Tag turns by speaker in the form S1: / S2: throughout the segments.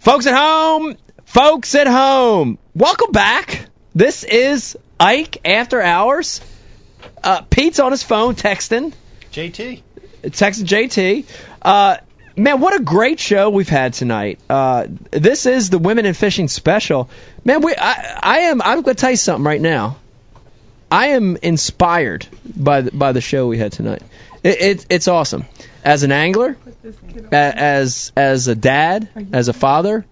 S1: Folks at home, folks at home, welcome back. This is Ike After Hours. Uh, Pete's on his phone texting,
S2: JT.
S1: texting JT. Uh, man, what a great show we've had tonight. Uh, this is the Women in Fishing special. Man, we, I, I am. I'm going to tell you something right now. I am inspired by the, by the show we had tonight. It, it, it's awesome. As an angler, a- as as a dad, as a father,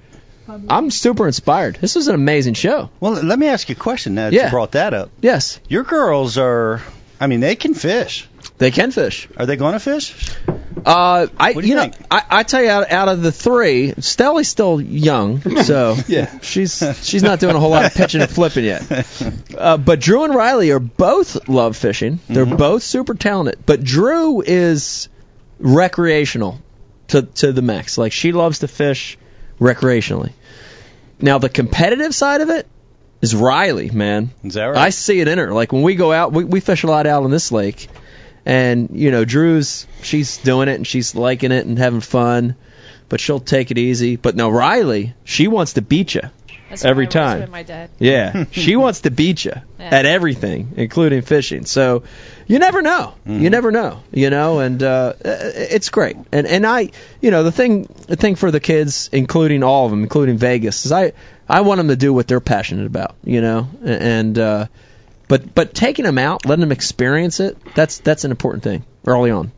S1: I'm super inspired. This was an amazing show.
S2: Well, let me ask you a question now that
S1: Yeah.
S2: you brought that up.
S1: Yes,
S2: Your girls are, I mean, they can fish.
S1: they can fish.
S2: Are they going to fish?
S1: Uh, I
S2: What
S1: you,
S2: do you
S1: know
S2: think?
S1: I, I tell you out, out of the three, Stelly's still young, so
S2: Yeah.
S1: she's she's not doing a whole lot of pitching and flipping yet. Uh, but Drew and Riley are both love fishing. They're
S2: Mm-hmm.
S1: both super talented. But Drew is recreational to to the max. Like she loves to fish recreationally. Now the competitive side of it is Riley, man.
S2: Is that right?
S1: I see it in her. Like when we go out, we, we fish a lot out on this lake, and you know, Drew's she's doing it and she's liking it and having fun, but she'll take it easy. But no, Riley, she wants to beat you.
S3: That's what
S1: Every
S3: my
S1: time.
S3: With my dad.
S1: Yeah, she wants to beat you
S3: Yeah.
S1: at everything, including fishing. So you never know. You never know. You know, and uh, i- it's great. And and I, you know, the thing the thing for the kids, including all of them, including Vegas, is I I want them to do what they're passionate about. You know, A- and uh, but but taking them out, letting them experience it, that's that's an important thing early on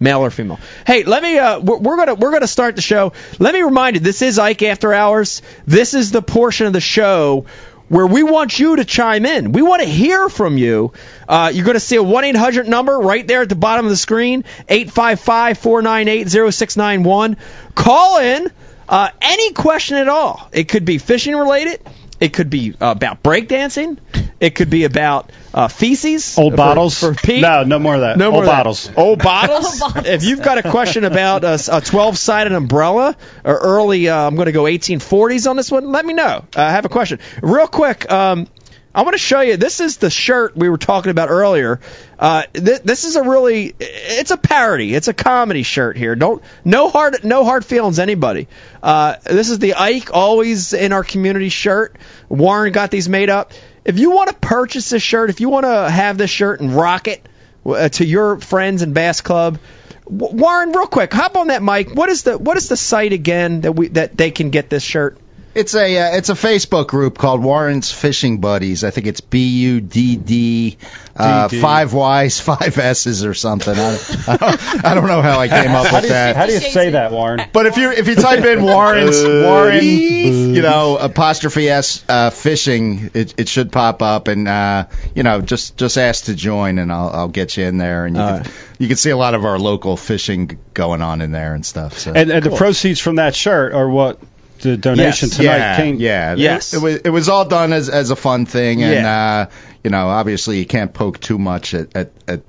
S1: male or female. Hey, let me. Uh, we're, we're gonna we're gonna start the show. Let me remind you, this is Ike After Hours. This is the portion of the show where we want you to chime in. We want to hear from you. Uh, you're gonna see a one eight hundred number right there at the bottom of the screen, eight five five four nine eight zero six nine one. Call in. Uh, any question at all. It could be fishing related. It could be uh, about breakdancing. It could be about uh, feces.
S4: Old
S1: for-
S4: bottles?
S1: For Pete.
S4: No, no more of that.
S1: No
S4: Old
S1: more of that.
S4: bottles.
S1: Old bottles. If you've got a question about a, a 12-sided umbrella or early, uh, I'm going to go 1840s on this one. Let me know. Uh, I have a question, real quick. Um, I want to show you. This is the shirt we were talking about earlier. Uh, th- this is a really, it's a parody. It's a comedy shirt here. Don't no hard no hard feelings anybody. Uh, this is the Ike always in our community shirt. Warren got these made up. If you want to purchase this shirt, if you want to have this shirt and rock it, uh, to your friends and Bass Club. W- Warren, real quick, hop on that mic. What is the what is the site again that we that they can get this shirt?
S5: It's a uh, it's a Facebook group called Warren's Fishing Buddies. I think it's B U D D uh,
S4: DD.
S5: five Y's five S's or something. I, I, don't, I don't know how I came up
S4: How do
S5: with
S4: you, how
S5: that.
S4: do you say that,
S1: Uh,
S4: Warren?
S5: But if you if you type in Warren's
S4: Uh,
S5: Warren you know apostrophe S uh, fishing it, it should pop up and uh, you know just just ask to join and I'll I'll get you in there and you
S1: All
S5: can,
S1: right.
S5: you can see a lot of our local fishing going on in there and stuff. So.
S4: And, and the proceeds from that shirt are what the donation
S1: Yes.
S4: tonight
S5: yeah,
S4: came.
S5: Yeah,
S1: Yes.
S5: It, was it was all done as as a fun thing, and
S1: Yeah.
S5: uh, you know, obviously you can't poke too much at. at, at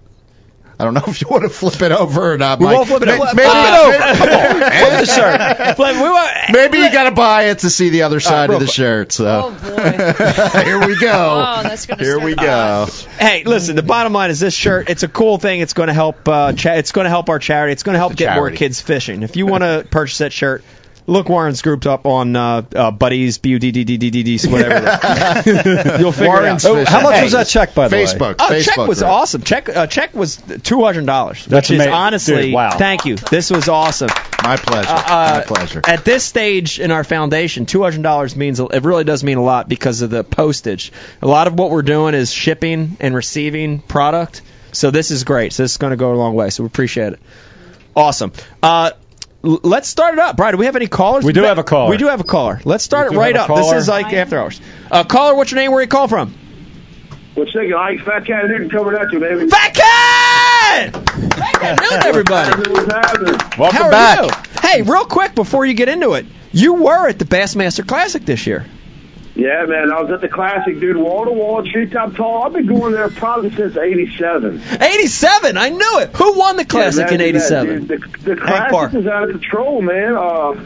S5: I don't know if you want to flip it over or not. Mike.
S1: won't flip it
S5: May-
S1: over. Flip
S5: Maybe,
S1: it
S5: may-
S1: The shirt. Flip- we want-
S5: maybe you got to buy it to see the other side
S1: real
S5: of the
S1: quick.
S5: shirt.
S3: Oh
S5: So
S3: boy.
S5: here we
S3: Oh,
S5: go.
S3: that's gonna.
S5: Here
S3: start
S5: we
S3: off.
S5: go.
S1: hey, listen. The bottom line is this shirt. It's a cool thing. It's going to help. Uh, cha- it's going to help our charity. It's going to help get more
S5: charity.
S1: kids fishing. If you want to purchase that shirt, look Warren's grouped up on uh, uh, buddies b u d d d d d d whatever. You'll figure
S5: Warren's
S1: it out.
S4: Oh, how much was that check, by the way?
S5: Facebook.
S1: Oh,
S5: Facebook
S1: check was
S5: group.
S1: awesome. Check uh, check was two hundred dollars.
S4: That's
S1: which is
S4: ama-
S1: honestly
S4: dude, wow.
S1: Thank you. This was awesome.
S5: My pleasure.
S1: Uh,
S5: My pleasure.
S1: At this stage in our foundation, two hundred dollars means it really does mean a lot because of the postage. A lot of what we're doing is shipping and receiving product, so this is great. So this is going to go a long way. So we appreciate it. Awesome. Uh, l- let's start it up, Brian. Do we have any callers?
S4: We do have a caller.
S1: We do have a caller. Let's start
S4: We
S1: it
S4: do
S1: right up.
S4: have a
S1: This
S4: caller.
S1: is like after hours. Uh, caller, what's your name? Where you call from?
S6: What's thinking? I Fat Cat Newton coming at you, baby.
S1: Fat Cat! Fat Cat Newton, everybody.
S6: What's happening?
S4: Welcome
S1: How are
S4: back.
S1: you? Hey, real quick before you get into it, you were at the Bassmaster Classic this year.
S6: Yeah, man, I was at the classic, dude. Wall to wall, treetop tall. I've been going there probably since '87.
S1: 87, I knew it. Who won the Classic in 87?
S6: The, the
S1: Parr.
S6: classic is out of control, man. Uh,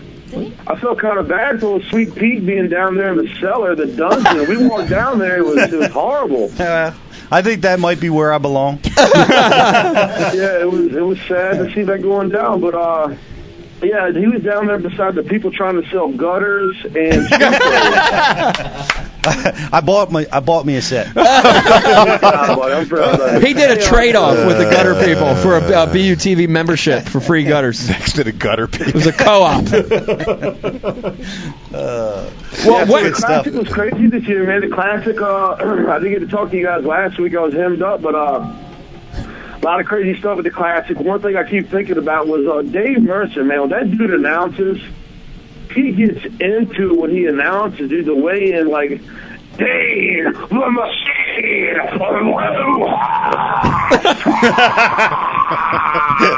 S6: I felt kind of bad for little Sweet Pete being down there in the cellar, the dungeon. we walked down there; it was, it was horrible.
S2: I think that might be where I belong.
S6: yeah, it was it was sad to see that going down, but uh, Yeah, he was down there beside the people trying to sell gutters and
S2: I bought my I bought me a
S1: Oh,
S2: set.
S6: I'm proud of
S1: He did a trade off with the gutter people for a, a BUTV membership for free gutters. It
S3: next to the gutter people.
S1: was a co op.
S2: Yeah,
S1: well,
S2: Uh, good
S1: what,
S2: stuff.
S6: Classic was crazy this year, man. The classic. Uh, I didn't get to talk to you guys last week. I was hemmed up, but uh, a lot of crazy stuff at the classic. One thing I keep thinking about was uh, Dave Mercer, man. When that dude announces, he gets into when he announces, dude. The way in, like. Dave, the machine.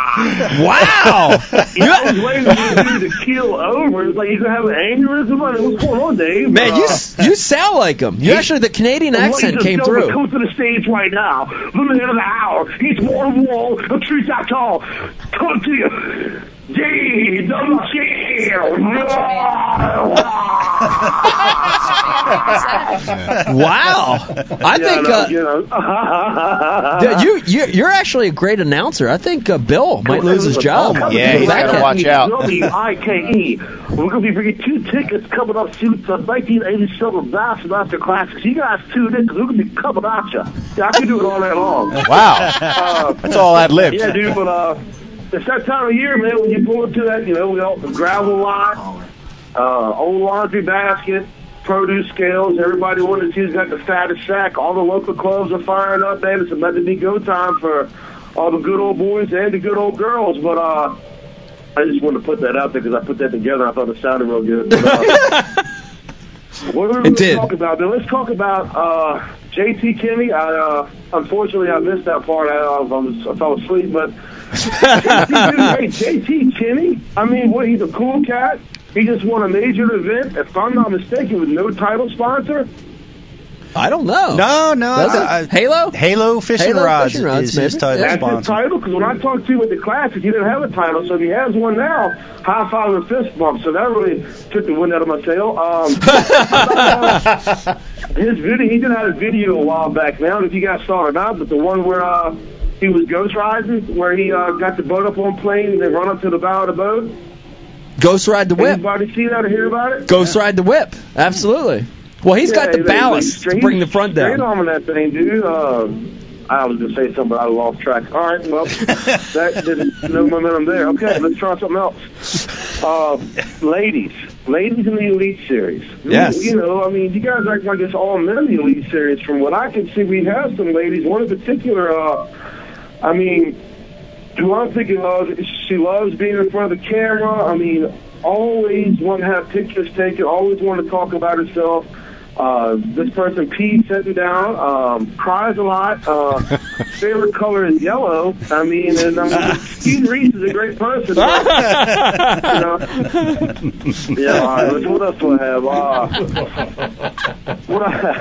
S1: wow!
S6: You know, I was waiting for this dude to keel over. It's like he's gonna have an aneurysm. I mean, what's going on, Dave?
S1: Man, you
S6: Uh,
S1: s- you sound like him. You actually the Canadian accent came through.
S6: Come to the stage right now. The man of the hour. He's one wall, a tree that tall. Come to you. Dave the Machine.
S1: Wow! I think uh,
S6: you know,
S1: yeah, you, you you're actually a great announcer. I think uh, Bill might lose his
S6: Oh,
S1: job.
S3: Yeah, he's gotta
S1: That-
S3: watch out.
S6: W I K E. We're gonna be bringing two tickets coming up soon to 1980 Silver Bass and After Classics. You guys tune in 'cause we're gonna be coming at you. Yeah, I can do it all night long.
S3: Wow.
S6: Uh,
S3: That's all I'd lived.
S6: Yeah, dude, but uh, it's that time of year, man, when you pull into that, you know, we all the gravel lot, uh, old laundry basket, produce scales, everybody wanted to see who's got the fattest sack. All the local clubs are firing up, man. It's about to be go time for all the good old boys and the good old girls, but uh, I just wanted to put that out there because I put that together. I thought it sounded real good. But, uh, What are we
S1: It
S6: going to
S1: did.
S6: talk about? Now, let's talk about uh, JT Kenny. I, uh, unfortunately, I missed that part. I, uh, I, was, I fell asleep, but hey, JT Kenny. I mean, what? He's a cool cat. He just won a major event, if I'm not mistaken, with no title sponsor.
S1: I don't know.
S2: No, no.
S1: Does
S2: I-
S1: it? Halo?
S2: I- Halo Fishing
S1: Halo
S2: Rods
S1: Fishing Rods,
S2: is his
S1: maybe.
S2: title
S1: Yeah.
S6: That's his
S2: sponsor.
S6: title. Because when I talked to him at the classic, he didn't have a title, so if he has one now, high five and fist bump. So that really took the wind out of my sail. Um, his video, he did have a video a while back. Now, I don't know if you guys saw it or not, but the one where uh, he was ghost riding, where he uh, got the boat up on plane and then run up to the bow of the boat.
S1: Ghost Ride the Whip.
S6: Anybody see that or hear about it?
S1: Ghost Ride the Whip. Absolutely. Well, he's got
S6: Yeah,
S1: the
S6: they- they
S1: ballast to
S6: straight-
S1: bring the front
S6: Straight
S1: down.
S6: on with that thing, dude. Uh, I was gonna say something, but I lost track. All right, well, that didn't no momentum there. Okay, let's try something else. Uh, ladies, ladies in the Elite Series.
S1: Yes.
S6: You know, I mean, you guys act like it's all men in the Elite Series. From what I can see, we have some ladies. One in particular. Uh, I mean, who I'm thinking of, she loves being in front of the camera. I mean, always want to have pictures taken, always want to talk about herself. Uh, this person pees sitting down, um, cries a lot. Uh, favorite color is yellow. I mean, and I mean, Keith Reese is a great person. but, you know, yeah. All right, let's- what else do I have?
S7: Ah.
S6: Uh, what I,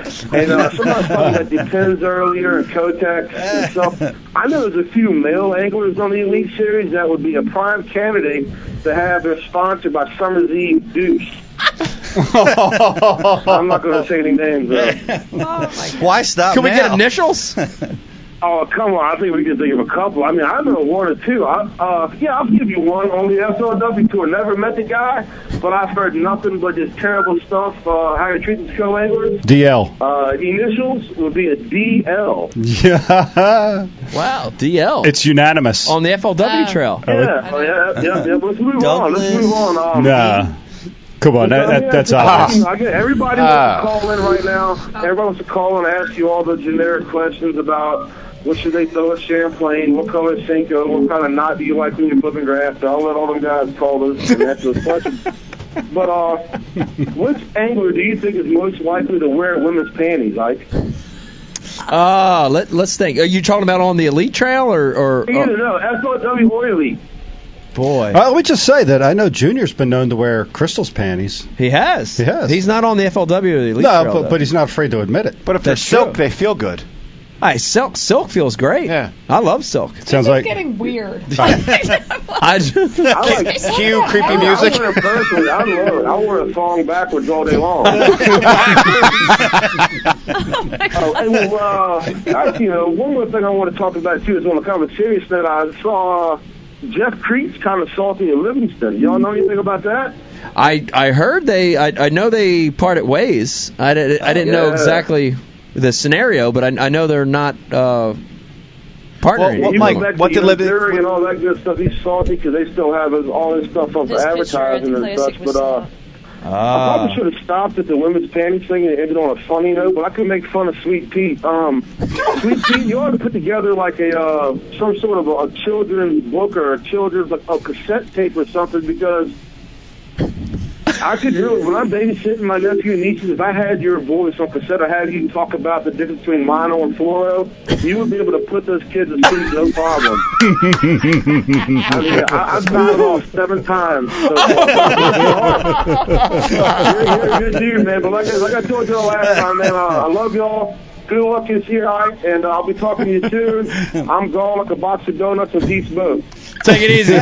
S6: and uh, somebody talking about depends earlier and Kotex and stuff. I know there's a few male anglers on the Elite Series that would be a prime candidate to have their sponsor by Summer's Eve Deuce. I'm not going to say any names. Though.
S2: Oh, Why stop?
S1: Can we get
S2: now?
S1: initials?
S6: Oh come on! I think we can think of a couple. I mean, I know one or two. I, uh, yeah, I'll give you one. Only I Philadelphia tour. Never met the guy, but I've heard nothing but just terrible stuff. Uh, how to treat the show anglers.
S4: DL.
S6: Uh, initials would be a DL.
S4: Yeah.
S1: Wow, DL.
S4: It's unanimous.
S1: on the FLW
S8: Uh,
S1: trail.
S4: Oh,
S6: Yeah, oh, yeah, yeah, yeah. Let's move on. Let's move on. Um,
S4: Nah. Come Ah. on, that, that, that's
S6: I
S4: obvious.
S6: get- I get, everybody wants to call in right now. Everybody wants to call and ask you all the generic questions about what should they throw at Champlain, what color is Cinco, what kind of knot do you like when you're flipping grass. I'll let all them guys call those and answer those questions. But uh, which angler do you think is most likely to wear women's panties? Like
S1: Ah, let, let's think. Are you talking about on the elite trail or or,
S6: either
S1: or
S6: no, SOW or Elite.
S1: boy?
S4: Uh, let me just say that I know Junior's been known to wear Crystal's panties.
S1: He has.
S4: He has.
S1: He's not on the FLW or the elite
S4: No,
S1: trail.
S4: but,
S1: though.
S4: but he's not afraid to admit it.
S3: But if they're
S1: That's
S3: silk,
S1: true.
S3: they feel good.
S1: Hey, silk silk feels great.
S3: Yeah.
S1: I love silk.
S4: Sounds
S8: This is
S4: like
S8: getting weird.
S1: I
S6: I like
S3: Cue creepy music.
S6: I wear it personally. I love it. I wear a song backwards all day long. oh, and, well, uh, I, you know, one more thing I want to talk about too is on the common series that I saw Jeff Creek's kind of salty in Livingston. Y'all know anything about that?
S1: I I heard they I, I know they parted ways. I, did, I didn't know
S6: Yeah.
S1: exactly the scenario, but I, I know they're not uh, partnering.
S6: He
S1: anymore.
S6: went back to Young Theory and all that good stuff. He's salty because they still have his, all his stuff up for
S8: This picture at
S6: advertising and
S8: the
S6: such.
S8: Classic
S6: But uh,
S9: Ah.
S6: I
S1: Ah,
S6: probably should have stopped at the women's panties thing and ended on a funny note. But I could make fun of Sweet Pete. Um, Sweet Pete, you ought to put together like a uh, some sort of a, a children's book or a children's like a cassette tape or something because. I could do it when I'm babysitting my nephew and nieces. If I had your voice on cassette, I had you talk about the difference between mono and fluoro. You would be able to put those kids to sleep, no problem. I mean, I, I've bounced off seven times. So you're, you're a good dude, man. But like, I- like I told you last time, man, uh, I love y'all. Good luck this year, all right? And uh, I'll be talking to you soon. I'm gone like a box of donuts and Pete's boat.
S1: Take it easy.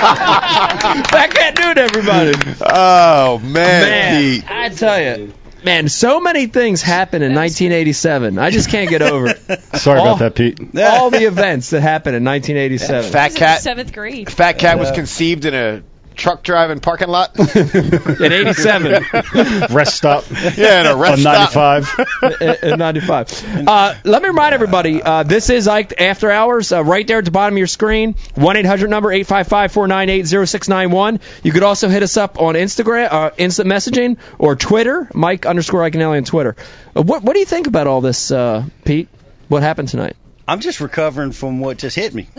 S1: I can't do it, everybody.
S3: Oh man,
S1: Man,
S3: Pete.
S1: I tell you, man, so many things happened in 1987. I just can't get over it.
S4: Sorry
S1: Oh.
S4: about that, Pete.
S1: all the events that happened in 1987.
S10: Fat cat.
S8: Seventh grade.
S10: Fat cat was conceived in a truck driving parking lot.
S1: in 87,
S4: Rest stop.
S10: yeah, in a rest
S4: on
S10: stop.
S4: 95.
S1: in, in 95. Uh, let me remind everybody, uh, this is Ike After Hours, uh, right there at the bottom of your screen, 1-800 number 855-498-0691. You could also hit us up on Instagram, uh, instant messaging, or Twitter, Mike underscore Iconelli on Twitter. Uh, what, what do you think about all this, uh, Pete? What happened tonight?
S2: I'm just recovering from what just hit me.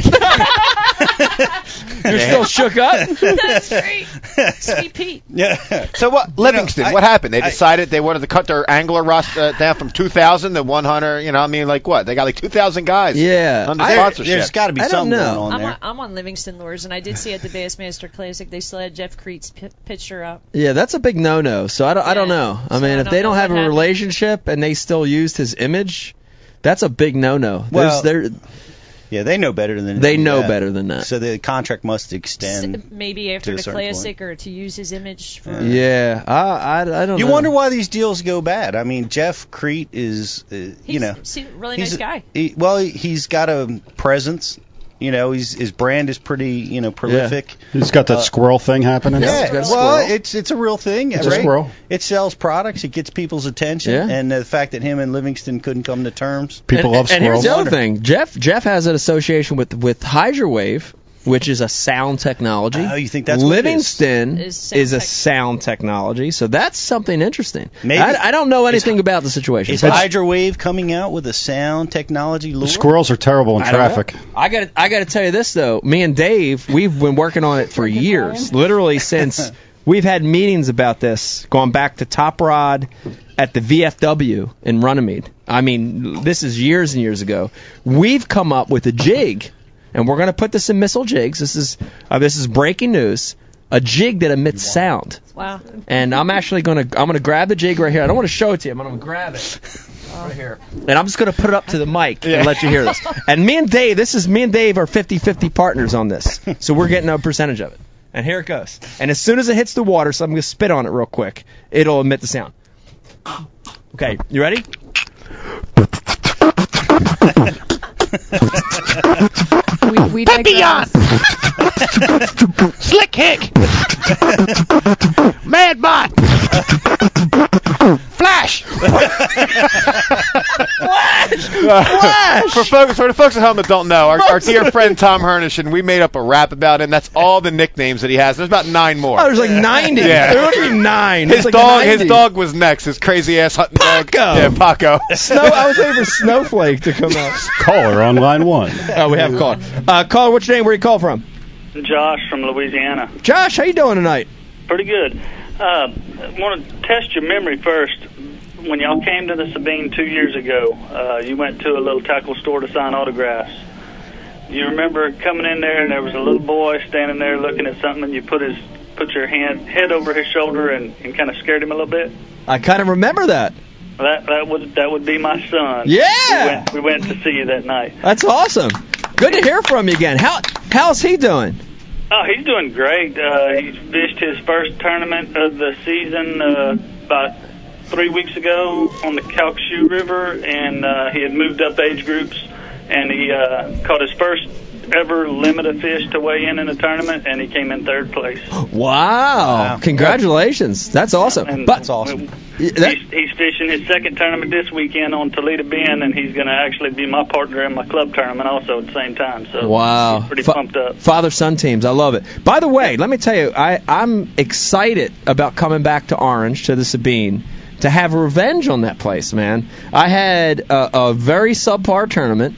S1: You're still shook up?
S8: That's great. Sweet Pete.
S2: Yeah.
S10: So what? Livingston.
S2: I-
S10: what happened? They
S2: I-
S10: decided they wanted to cut their angler roster down from 2,000 to 100. You know, I mean, like what? They got like 2,000 guys.
S1: Yeah.
S10: Under
S1: I-
S10: sponsorship.
S2: There's got to be
S1: I don't
S2: something
S1: know.
S2: going on
S8: I'm on,
S2: there.
S8: I'm on Livingston Lures, and I did see at the Bassmaster Classic they still had Jeff Crete's pi picture up.
S1: Yeah, that's a big no-no. So I don't, I don't
S8: Yeah.
S1: know. I
S8: So I
S1: mean, if
S8: don't
S1: they
S8: know
S1: don't
S8: what
S1: have a
S8: happened.
S1: relationship and they still used his image, that's a big no-no.
S2: Well,
S1: There's, there,
S2: Yeah, they know better than
S1: they
S2: than
S1: know
S2: that.
S1: better than that.
S2: So the contract must
S8: S-
S2: extend.
S8: Maybe after
S2: a
S8: the
S2: certain point.
S8: Classic or to use his image for.
S1: yeah, I, I, I don't.
S2: Uh, You
S1: know.
S2: wonder why these deals go bad. I mean, Jeff Crete is, uh, you
S8: He's-
S2: know,
S8: seems a really
S2: he's
S8: nice guy.
S2: He, well, he's got a presence. You know, he's, his brand is pretty, you know, prolific.
S4: He's got that squirrel thing happening.
S2: Yeah,
S1: Uh, got a
S2: well,
S1: squirrel.
S2: it's it's a real thing.
S4: It's a
S2: right?
S4: squirrel.
S2: It sells products. It gets people's attention.
S1: Yeah.
S2: And the fact that him and Livingston couldn't come to terms.
S4: People
S1: and,
S4: love
S1: and
S4: squirrels.
S1: here's the other thing. Jeff, Jeff has an association with with HydroWave, which is a sound technology.
S2: Oh, you think that's what it is?
S1: Livingston
S8: Is
S1: is,
S8: sound
S1: a
S8: tech-
S1: sound technology. So that's something interesting.
S2: Maybe.
S1: I, I don't know anything about the situation.
S2: Is
S1: but-
S2: Hydrowave coming out with a sound technology lure?
S4: Squirrels are terrible in
S1: I don't know.
S4: traffic.
S1: I got I got to tell you this though. Me and Dave, we've been working on it for years, literally since we've had meetings about this, going back to Top Rod at the VFW in Runnymede. I mean, this is years and years ago. We've come up with a jig, and we're going to put this in missile jigs. This is uh, this is breaking news. A jig that emits sound,
S8: Wow.
S1: and I'm actually gonna I'm gonna grab the jig right here. I don't want to show it to you. I'm gonna grab it right here, and I'm just gonna put it up to the mic and let you hear this. And me and Dave, this is me and Dave are 50-50 partners on this, so we're getting a percentage of it. And here it goes. And as soon as it hits the water, so I'm gonna spit on it real quick. It'll emit the sound. Okay, you ready?
S11: We, we digress.
S10: Slick Hick. Mad Bot. Flash.
S1: Flash!
S10: For folks, for the folks at home that don't know, our, our dear friend Tom Hernish and we made up a rap about him. That's all the nicknames that he has. There's about nine more.
S1: Oh, there's like 90.
S10: Yeah.
S1: There would be nine.
S10: his
S1: It's like
S10: dog,
S1: 90.
S10: his dog was next. His crazy ass hunting
S1: Paco!
S10: dog. Yeah, Paco.
S1: Snow. I was waiting for Snowflake to come out.
S4: Caller on line one.
S1: Oh, we have called. Uh, caller, what's your name? Where you call from?
S12: Josh from Louisiana.
S1: Josh, how you doing tonight?
S12: Pretty good. Uh, want to test your memory first. When y'all came to the Sabine two years ago, uh, you went to a little tackle store to sign autographs. You remember coming in there and there was a little boy standing there looking at something, and you put his put your hand head over his shoulder and, and kind of scared him a little bit.
S1: I kind of remember that.
S12: That that would that would be my son.
S1: Yeah!
S12: We went, we went to see you that night.
S1: That's awesome. Good to hear from you again. How how's he doing?
S12: Oh, he's doing great. Uh, he fished his first tournament of the season uh, about three weeks ago on the Calcasieu River, and uh, he had moved up age groups, and he uh, caught his first ever limit a fish to weigh in in a tournament, and he came in third place.
S1: Wow. Congratulations. That's awesome. but that's
S2: awesome.
S12: He's, he's fishing his second tournament this weekend on Toledo Bend, and he's going to actually be my partner in my club tournament also at the same time. So
S1: Wow.
S12: he's pretty
S1: Fa-
S12: pumped up.
S1: Father son teams. I love it. By the way, let me tell you, I, I'm excited about coming back to Orange, to the Sabine, to have revenge on that place, man. I had a, a very subpar tournament,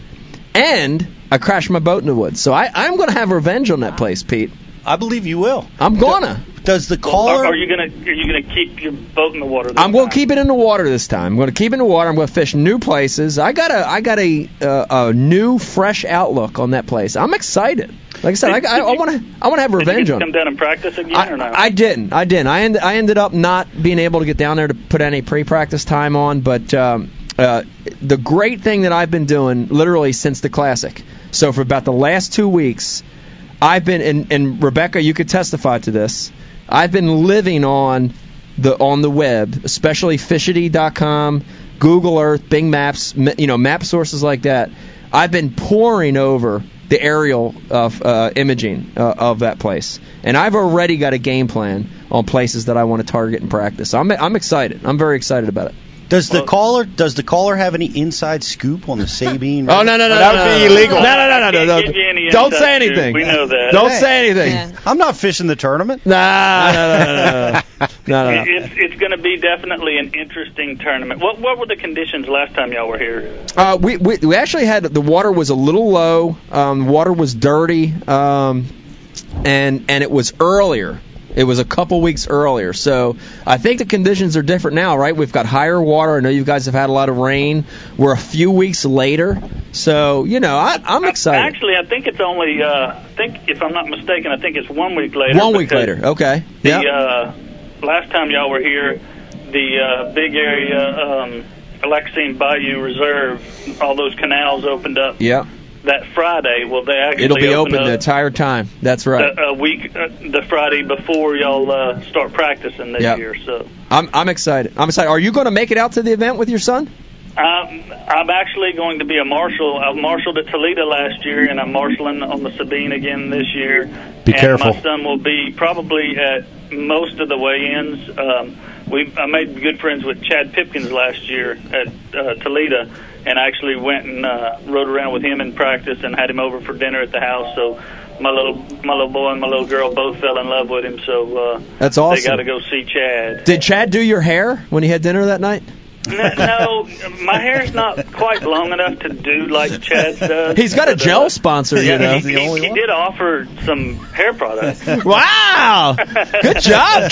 S1: and I crashed my boat in the woods. So I, I'm going to have revenge on that place, Pete.
S2: I believe you will.
S1: I'm going to.
S2: Does the
S12: Are, are you going to are you going to keep your boat in the water?
S1: I'm going to keep it in the water this time. I'm going to keep it in the water. I'm going to fish new places. I got a I got a uh, a new fresh outlook on that place. I'm excited. Like I said, I I want to I want to
S12: Did
S1: have
S12: you get
S1: revenge
S12: to
S1: on.
S12: come
S1: it.
S12: down and practice again or not?
S1: I didn't. I didn't. I end, I ended up not being able to get down there to put any pre-practice time on. But um, uh, the great thing that I've been doing literally since the classic. So for about the last two weeks, I've been and, and Rebecca, you could testify to this. I've been living on the on the web, especially fishity.com, Google Earth, Bing Maps, m- you know, map sources like that. I've been pouring over the aerial of uh, imaging uh, of that place, and I've already got a game plan on places that I want to target and practice. I'm I'm excited. I'm very excited about it.
S2: Does the caller does the caller have any inside scoop on the Sabine?
S1: Oh no no no! no, no, no. No no no no! no.
S2: Can't give you any
S1: Don't
S2: insight,
S1: say
S2: dude.
S1: anything.
S2: We know that.
S1: Don't
S2: Hey.
S1: say anything.
S2: Yeah. I'm not fishing the tournament.
S1: Nah, no, no, no, no, no, no, no.
S12: It- It's, it's going to be definitely an interesting tournament. What what were the conditions last time y'all were here?
S1: Uh, we, we we actually had the water was a little low. Um, water was dirty, um, and and it was earlier. It was a couple weeks earlier, so I think the conditions are different now, right? We've got higher water. I know you guys have had a lot of rain. We're a few weeks later, so you know I, I'm excited.
S12: Actually, I think it's only. Uh, I think if I'm not mistaken, I think it's one week later.
S1: One week
S12: because
S1: later, okay.
S12: The
S1: Yeah.
S12: uh, last time y'all were here, the uh, big area, um, Alexine Bayou Reserve, all those canals opened up
S1: Yeah.
S12: that Friday. Well, they actually
S1: It'll be
S12: opened
S1: open the
S12: up
S1: entire time. That's right.
S12: a, a week, uh, the Friday before y'all uh, start practicing this
S1: Yeah.
S12: year. So.
S1: I'm I'm excited. I'm excited. Are you going to make it out to the event with your son?
S12: I'm, I'm actually going to be a marshal. I marshaled at Toledo last year, and I'm marshaling on the Sabine again this year.
S4: Be
S12: and
S4: careful.
S12: My son will be probably at most of the weigh-ins. Um, we I made good friends with Chad Pipkins last year at uh, Toledo, and I actually went and uh, rode around with him in practice and had him over for dinner at the house. So my little my little boy and my little girl both fell in love with him. So uh,
S1: That's
S12: They
S1: awesome.
S12: got to go see Chad.
S1: Did Chad do your hair when he had dinner that night?
S12: No, no, my hair's not quite long enough to do like Chad's does.
S1: He's got a
S12: But, uh,
S1: gel sponsor, you
S12: yeah,
S1: know.
S12: he, he, he did offer some hair products.
S1: Wow! Good job,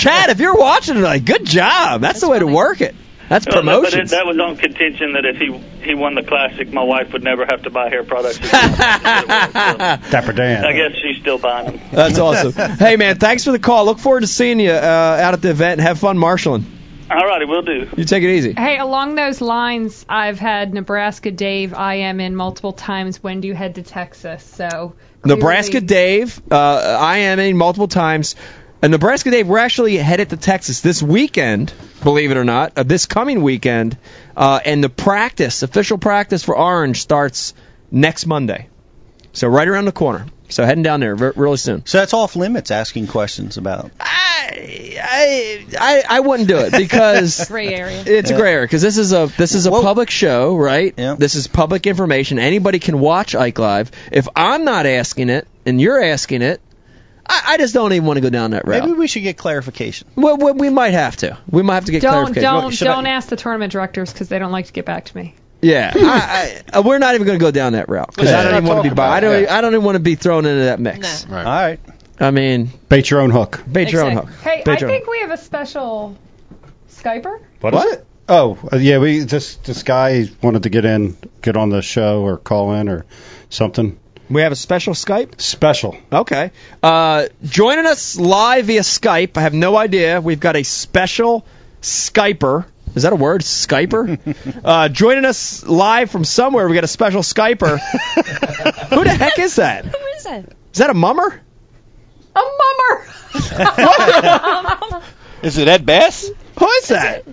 S1: Chad. If you're watching tonight, good job. That's, the way to work it. That's
S12: No, no, but it-
S1: promotions.
S12: Oh, that was on contention that if he he won the classic, my wife would never have to buy hair products. again.
S4: Dapper Dan.
S12: I guess she's still buying them.
S1: That's awesome. Hey, man, thanks for the call. Look forward to seeing you uh, out at the event. and Have fun marshaling.
S12: All righty, we'll do.
S1: You take it easy.
S11: Hey, along those lines, I've had Nebraska Dave I am in multiple times. When do you head to Texas? So
S1: Nebraska Dave, uh, I am in multiple times. And Nebraska Dave, we're actually headed to Texas this weekend, believe it or not, uh, this coming weekend. Uh, and the practice, official practice for Orange starts next Monday. So right around the corner. So heading down there ver- really soon.
S2: So that's off limits asking questions about.
S1: I I, I wouldn't do it Uh, because
S11: gray area.
S1: It's gray area because this is a this is a public show, right? This is public information. Anybody can watch Ike Live. If I'm not asking it and you're asking it, I, I just don't even want to go down that route.
S2: Maybe we should get clarification.
S1: Well, we, we might have to. We might have to get
S11: don't
S1: clarification.
S11: don't don't ask the tournament directors because they don't like to get back to me.
S1: Yeah, I, I, uh, we're not even going to go down that route because I
S4: Yeah.
S1: don't even want to be.
S4: Talk
S1: By,
S4: about
S1: I don't. e,
S4: it.
S1: I don't even want to be thrown into that mix.
S2: All right.
S1: I mean,
S4: Bait your own hook.
S1: bait your
S4: Uh-huh.
S1: own hook.
S11: Hey,
S1: Bait
S11: I
S1: your own
S11: think we have a special Skyper.
S4: what is it? Oh, uh, yeah, we this this guy wanted to get in, get on the show or call in or something.
S1: We have a special Skype.
S4: Special.
S1: Okay. Uh, joining us live via Skype. I have no idea. We've got a special Skyper. Is that a word? Skyper? uh, joining us live from somewhere. We got a special Skyper. Who the heck is that?
S8: Who is it?
S1: Is that a mummer?
S11: A mummer.
S10: Is it Ed Bass?
S1: Who is that?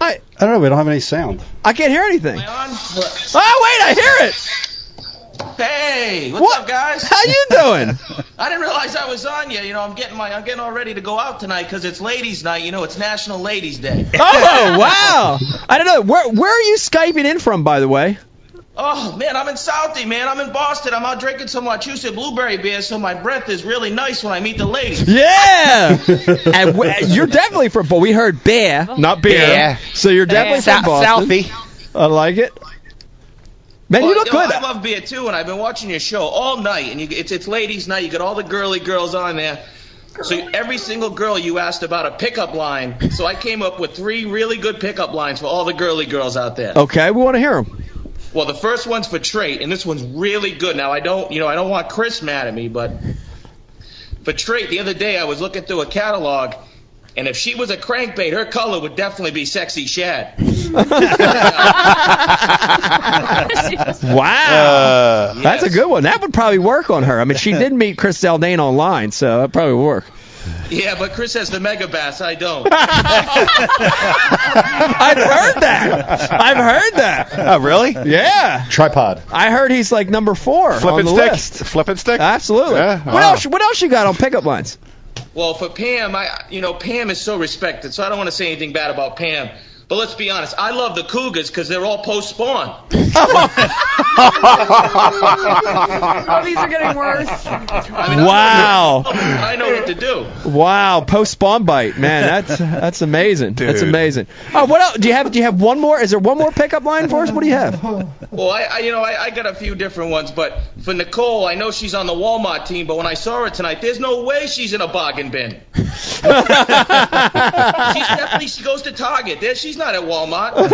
S1: I
S4: I don't know. We don't have any sound.
S1: Ah, I can't hear anything. Oh wait, I hear it.
S13: Hey, what's
S1: What?
S13: up, guys?
S1: How you doing?
S13: I didn't realize I was on yet. You know, I'm getting my, I'm getting all ready to go out tonight 'cause it's Ladies' Night. You know, it's National Ladies' Day.
S1: oh wow! I don't know where where are you skyping in from, by the way.
S13: Oh man, I'm in Southie, man. I'm in Boston. I'm out drinking some Wachusett blueberry beer, so my breath is really nice when I meet the ladies.
S1: Yeah, and w- you're definitely from. But we heard bear, not
S13: beer.
S1: So you're definitely
S13: Bear.
S1: from
S13: Sou-
S1: Boston. I like it. Man, you
S13: Well,
S1: look
S13: yo,
S1: good.
S13: I love beer too, and I've been watching your show all night. And you, it's it's ladies' night. You got all the girly girls on there. So every single girl you asked about a pickup line. So I came up with three really good pickup lines for all the girly girls out there.
S1: Okay, we want to hear him.
S13: Well, the first one's for Trait, and this one's really good. Now I don't, you know, I don't want Chris mad at me, but for Trait, the other day I was looking through a catalog, and if she was a crankbait, her color would definitely be sexy shad.
S1: Wow,
S10: Uh,
S1: that's a good one. That would probably work on her. I mean, she did meet Chris Dane online, so that probably would work.
S13: Yeah, but Chris has the mega bass. I don't.
S1: I've heard that. I've heard that.
S10: Oh, really?
S1: Yeah.
S4: Tripod.
S1: I heard he's like number four
S10: Flippin'
S1: on the
S10: stick?
S1: list.
S10: Flippin' stick?
S1: Absolutely.
S10: Yeah.
S1: What
S10: Wow.
S1: else? What else you got on pickup lines?
S13: Well, for Pam, I you know Pam is so respected, so I don't want to say anything bad about Pam. But let's be honest, I love the Cougars because they're all post spawn.
S11: Oh, These are getting worse.
S1: Wow.
S13: I know what to do.
S1: Wow. Post spawn bite, man. That's that's amazing. That's
S13: Dude.
S1: amazing. Oh, what else? Do you have? Do you have one more? Is there one more pickup line for us? What do you have?
S13: Well, I, I you know I, I got a few different ones, but for Nicole, I know she's on the Walmart team, but when I saw her tonight, there's no way she's in a bargain bin. she's definitely she goes to Target. There, she's not at Walmart. I'm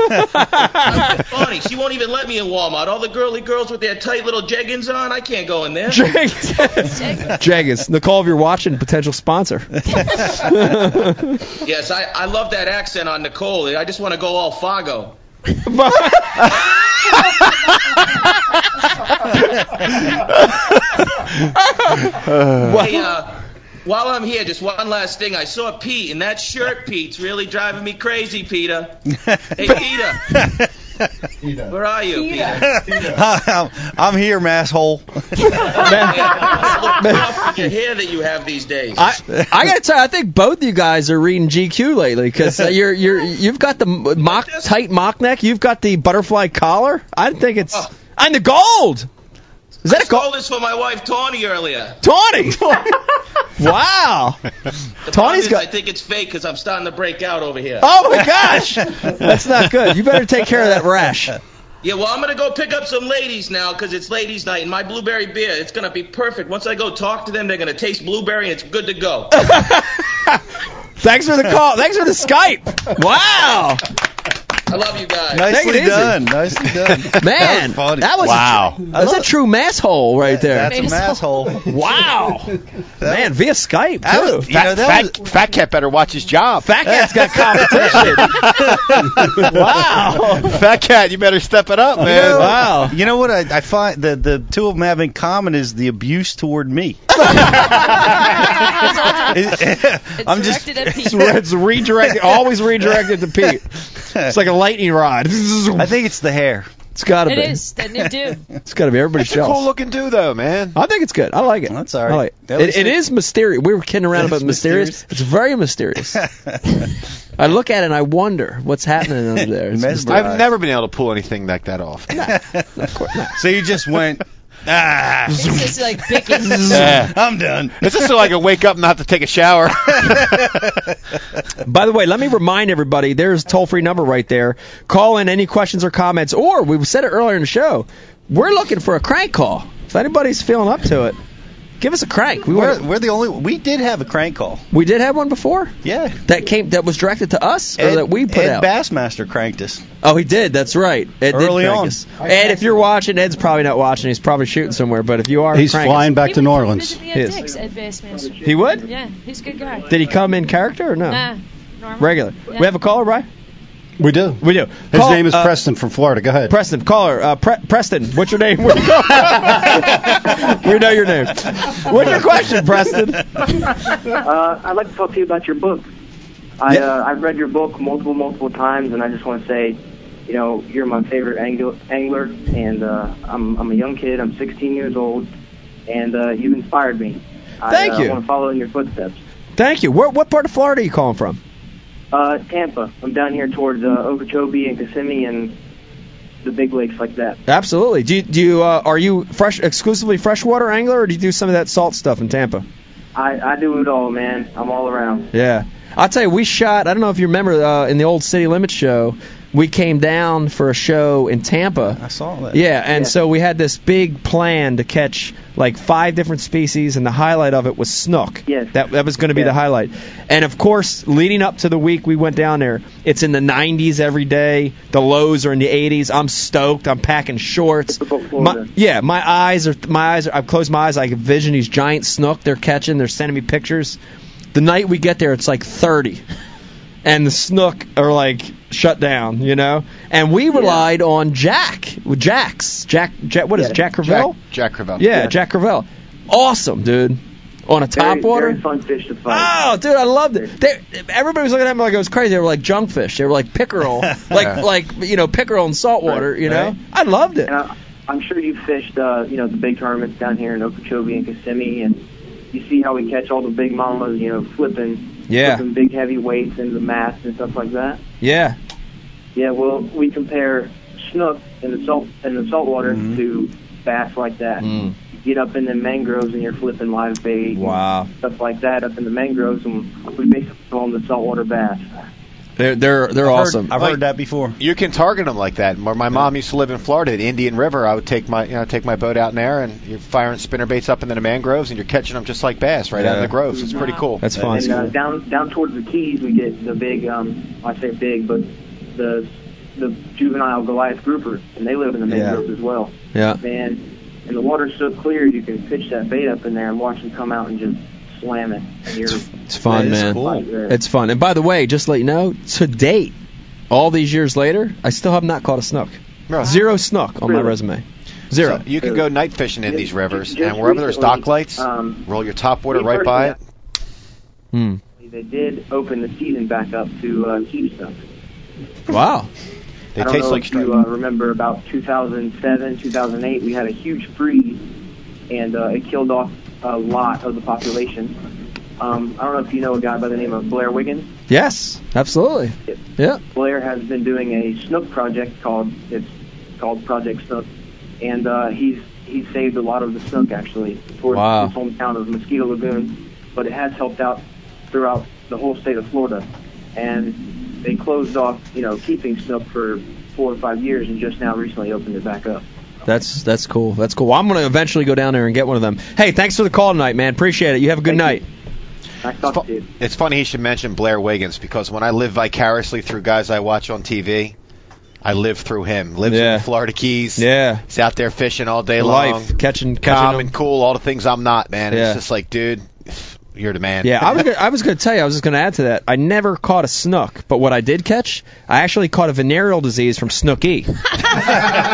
S13: just funny, she won't even let me in Walmart. All the girly girls with their tight little jeggings on, I can't go in there.
S1: Jaggins, Nicole, if you're watching, potential sponsor.
S13: yes, I, I love that accent on Nicole. I just want to go all Fago. hey, uh, while I'm here, just one last thing. I saw Pete, and that shirt, Pete's really driving me crazy, Peter. Hey, Peter, where are you, Peter?
S2: I'm, I'm here, masshole.
S13: Your hair that you have these days.
S1: I, I gotta tell you, I think both you guys are reading GQ lately because uh, you're you're you've got the m- mock tight mock neck, you've got the butterfly collar. I think it's and the gold. Is that a gold?
S13: told this for my wife Tawny earlier.
S1: Tawny. wow.
S13: The problem
S1: Tawny's
S13: is
S1: got.
S13: I think it's fake because I'm starting to break out over here.
S1: Oh my gosh, that's not good. You better take care of that rash.
S13: Yeah, well, I'm gonna go pick up some ladies now 'cause it's ladies' night, and my blueberry beer, it's gonna be perfect. Once I go talk to them, they're gonna taste blueberry, and it's good to go.
S1: Thanks for the call. Thanks for the Skype. Wow.
S13: I love you guys.
S1: Take it
S2: Nicely
S1: easy.
S2: done. Nicely done.
S1: Man,
S2: that was, funny.
S1: that was wow. that's a true mass hole right there.
S2: That's a masshole.
S1: Wow. Man, via Skype
S2: That
S1: too.
S2: was- you know, that
S10: Fat, fat cat better watch his job.
S1: Fat cat's got competition. wow.
S10: Fat cat, you better step it up, man.
S2: You know what I, I find the the two of them have in common is the abuse toward me. I'm just
S1: It's, it's redirected, always redirected to Pete. Oh, It's like a lightning rod. I
S2: think it's the hair.
S1: It's gotta
S8: It
S1: be.
S8: is. Doesn't it do?
S1: It's gotta be everybody's
S10: It's a
S1: shelf.
S10: cool looking dude, though, man.
S1: I think it's good. I like it. That's all
S10: right.
S1: I like it.
S10: That was
S1: It, it
S10: it.
S1: is mysterious. We were kidding around about mysterious. It's very mysterious. I look at it and I wonder what's happening under there. It's mysterious.
S10: I've never been able to pull anything like that off.
S2: so you just went. Ah,
S8: This is like picking.
S10: Yeah.
S2: I'm done.
S10: It's just so I can wake up and not have to take a shower.
S1: By the way, let me remind everybody there's a toll free number right there. Call in any questions or comments, or we said it earlier in the show. We're looking for a crank call. If anybody's feeling up to it, give us a crank. We
S2: We're,
S1: wanna-
S2: we're the only. We did have a crank call.
S1: we did have one before.
S2: Yeah.
S1: That came that was directed to us or
S2: Ed-
S1: that we put
S2: Ed
S1: out.
S2: Bassmaster cranked us.
S1: Oh, he did. That's right. Ed did
S2: Early
S1: crank
S2: on.
S1: us. Ed, if you're watching, Ed's probably not watching. He's probably shooting somewhere. But if you are,
S4: He's
S1: crank
S4: flying
S1: us.
S4: back to New Orleans.
S8: Visit me at
S1: His.
S8: Dick's at Bassmaster.
S1: He would?
S8: Yeah, he's a good guy.
S1: Did he come in character or no?
S8: Nah, normal.
S1: Regular.
S8: Yeah.
S1: We have a caller, right?
S4: We do.
S1: We do.
S4: His
S1: Call,
S4: name is
S1: uh,
S4: Preston from Florida. Go ahead.
S1: Preston, caller. Uh, Pre- Preston, what's your name? Where you going? we know your name. What's your question, Preston?
S14: uh, I'd like to talk to you about your book. I uh, I've read your book multiple multiple times, and I just want to say you know, you're my favorite angler, angler and uh, I'm, I'm a young kid. I'm 16 years old, and uh, you've inspired me.
S1: Thank
S14: I,
S1: you.
S14: I want to follow in your footsteps.
S1: Thank you. Where, what part of Florida are you calling from?
S14: Uh, Tampa. I'm down here towards uh, Okeechobee and Kissimmee and the big lakes like that.
S1: Absolutely. Do you, do you uh, are you fresh exclusively freshwater angler, or do you do some of that salt stuff in Tampa?
S14: I, I do it all, man. I'm all around.
S1: Yeah. I'll tell you, we shot, I don't know if you remember, uh, in the old City Limits show, we came down for a show in Tampa. I
S2: saw that.
S1: Yeah, and so we had this big plan to catch like five different species, and the highlight of it was snook. Yes. That, that was going to be the highlight. And of course, leading up to the week we went down there, it's in the 90s every day. The lows are in the 80s. I'm stoked. I'm packing shorts. My, yeah, my eyes are, my eyes are, I've closed my eyes. I can vision these giant snook they're catching. They're sending me pictures. The night we get there, it's like 30. And the snook are like shut down, you know? And we relied on Jack. with Jack's. Jack, Jack what is it, Jack Revelle?
S10: Jack, Jack Crevel.
S1: Yeah, Jack Revelle. Awesome, dude. On a
S14: Very-
S1: top water.
S14: Very fun fish to fight.
S1: Oh, dude, I loved it. They, everybody was looking at me like it was crazy. They were like junkfish. They were like pickerel, like like you know pickerel in saltwater. You know,
S14: Right.
S1: I loved it.
S14: And I, I'm sure you've fished, uh, you know, the big tournaments down here in Okeechobee and Kissimmee, and you see how we catch all the big mamas, you know, flipping,
S1: Yeah.
S14: flipping big heavy weights into the mast and stuff like that.
S1: Yeah,
S14: Yeah, well, we compare snook in the salt in the saltwater
S1: Mm-hmm.
S14: to bass like that.
S1: Mm.
S14: You get up in the mangroves and you're flipping live bait.
S1: Wow.
S14: And stuff like that up in the mangroves, and we basically call them the saltwater bass.
S1: they're they're they're awesome.
S2: I've heard that before.
S10: You can target them like that. Where my mom used to live in Florida, at Indian River, I would take my you know take my boat out in there, and you're firing spinner baits up into the mangroves, and you're catching them just like bass right out of
S1: Yeah.
S10: the groves. It's pretty cool.
S14: And uh, down down towards the Keys, we get the big. Um, I say big, but the the juvenile Goliath grouper, and they live in the mangroves as well.
S1: Yeah.
S14: Man, and the water's so clear, you can pitch that bait up in there and watch them come out and just slam it. And you're,
S1: It's fun, man.
S14: Like that.
S1: It's fun. And by the way, just to let you know, to date, all these years later, I still have not caught a snook. Zero snook on my
S10: Really?
S1: resume. Zero.
S10: So you can go night fishing in these rivers,
S14: just
S10: and wherever there's dock
S14: recently,
S10: lights,
S14: um,
S10: roll your top water
S14: we
S10: right by it.
S14: personally- They did open the season back up to uh, keep stuff.
S1: Wow.
S14: I don't know if you uh, remember about 2007, 2008, we had a huge freeze, and uh, it killed off a lot of the population. Um, I don't know if you know a guy by the name of Blair Wiggins.
S1: Yes, absolutely. Yeah.
S14: Blair has been doing a snook project called it's called Project Snook, and uh, he's he's saved a lot of the snook actually towards
S1: Wow.
S14: his hometown of Mosquito Lagoon, but it has helped out throughout the whole state of Florida, and they closed off you know keeping snook for four or five years and just now recently opened it back up.
S1: That's that's cool. That's cool. Well, I'm gonna eventually go down there and get one of them. Hey, thanks for the call tonight, man. Appreciate it. You have a good night.
S14: I thought it.
S10: It's funny he should mention Blair Wiggins because when I live vicariously through guys I watch on TV, I live through him. Lives in the Florida Keys.
S1: Yeah.
S10: He's out there fishing all day
S1: Life,
S10: long.
S1: catching-
S10: calm
S1: catching 'em.
S10: and cool, all the things I'm not, man.
S1: Yeah.
S10: It's just like, dude, you're the man.
S1: Yeah, I was gonna, I was going to tell you. I was just going to add to that. I never caught a snook, but what I did catch, I actually caught a venereal disease from snook E. so I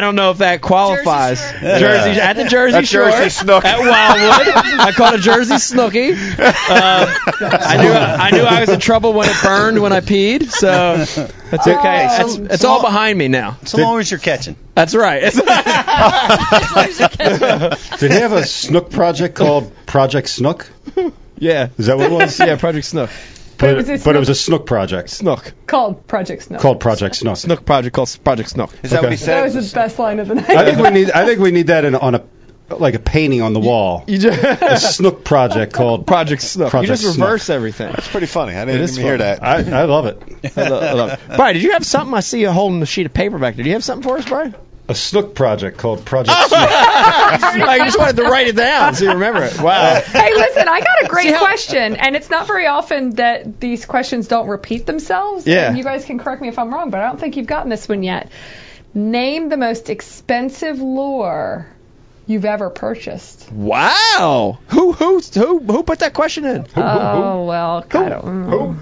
S1: don't know if that qualifies. Jersey,
S10: Shore. Yeah.
S1: at the Jersey
S10: A
S1: Shore,
S10: Jersey snook.
S1: at Wildwood. I caught a Jersey snooky. Uh, I knew I knew I was in trouble when it burned when I peed. So that's okay. That's, it's all behind me now.
S2: So long as you're catching.
S1: That's right.
S4: Did he have a snook project called Project Snook?
S1: Yeah.
S4: Is that what it was?
S1: Yeah, Project Snook.
S4: But,
S11: But it was a
S4: but it was a snook project.
S1: Snook.
S11: Called Project Snow.
S4: Called Project Snook.
S1: Snook project called Project Snook.
S4: Is
S11: That was his best line of the night.
S4: I think we need. I think we need that in, on a like a painting on the wall.
S1: You just,
S4: a snook project called
S1: Project Snook.
S4: Project
S1: you just
S4: Snook.
S1: reverse everything. That's
S10: pretty funny. I
S1: It
S10: didn't
S1: is
S10: even hear
S1: funny.
S10: that.
S4: I, I love it.
S1: I love, I love it. Brian, did you have something? I see you holding the sheet of paper back there. Do you have something for us, Brian? Oh,
S4: A snook project called Project
S1: I just wanted to write it down so you remember it. Wow.
S11: hey, listen, I got a great question, and it's not very often that these questions don't repeat themselves.
S1: Yeah.
S11: And you guys can correct me if I'm wrong, but I don't think you've gotten this one yet. Name the most expensive lure you've ever purchased.
S1: Wow. Who who who who put that question in?
S11: Oh, well, I don't know.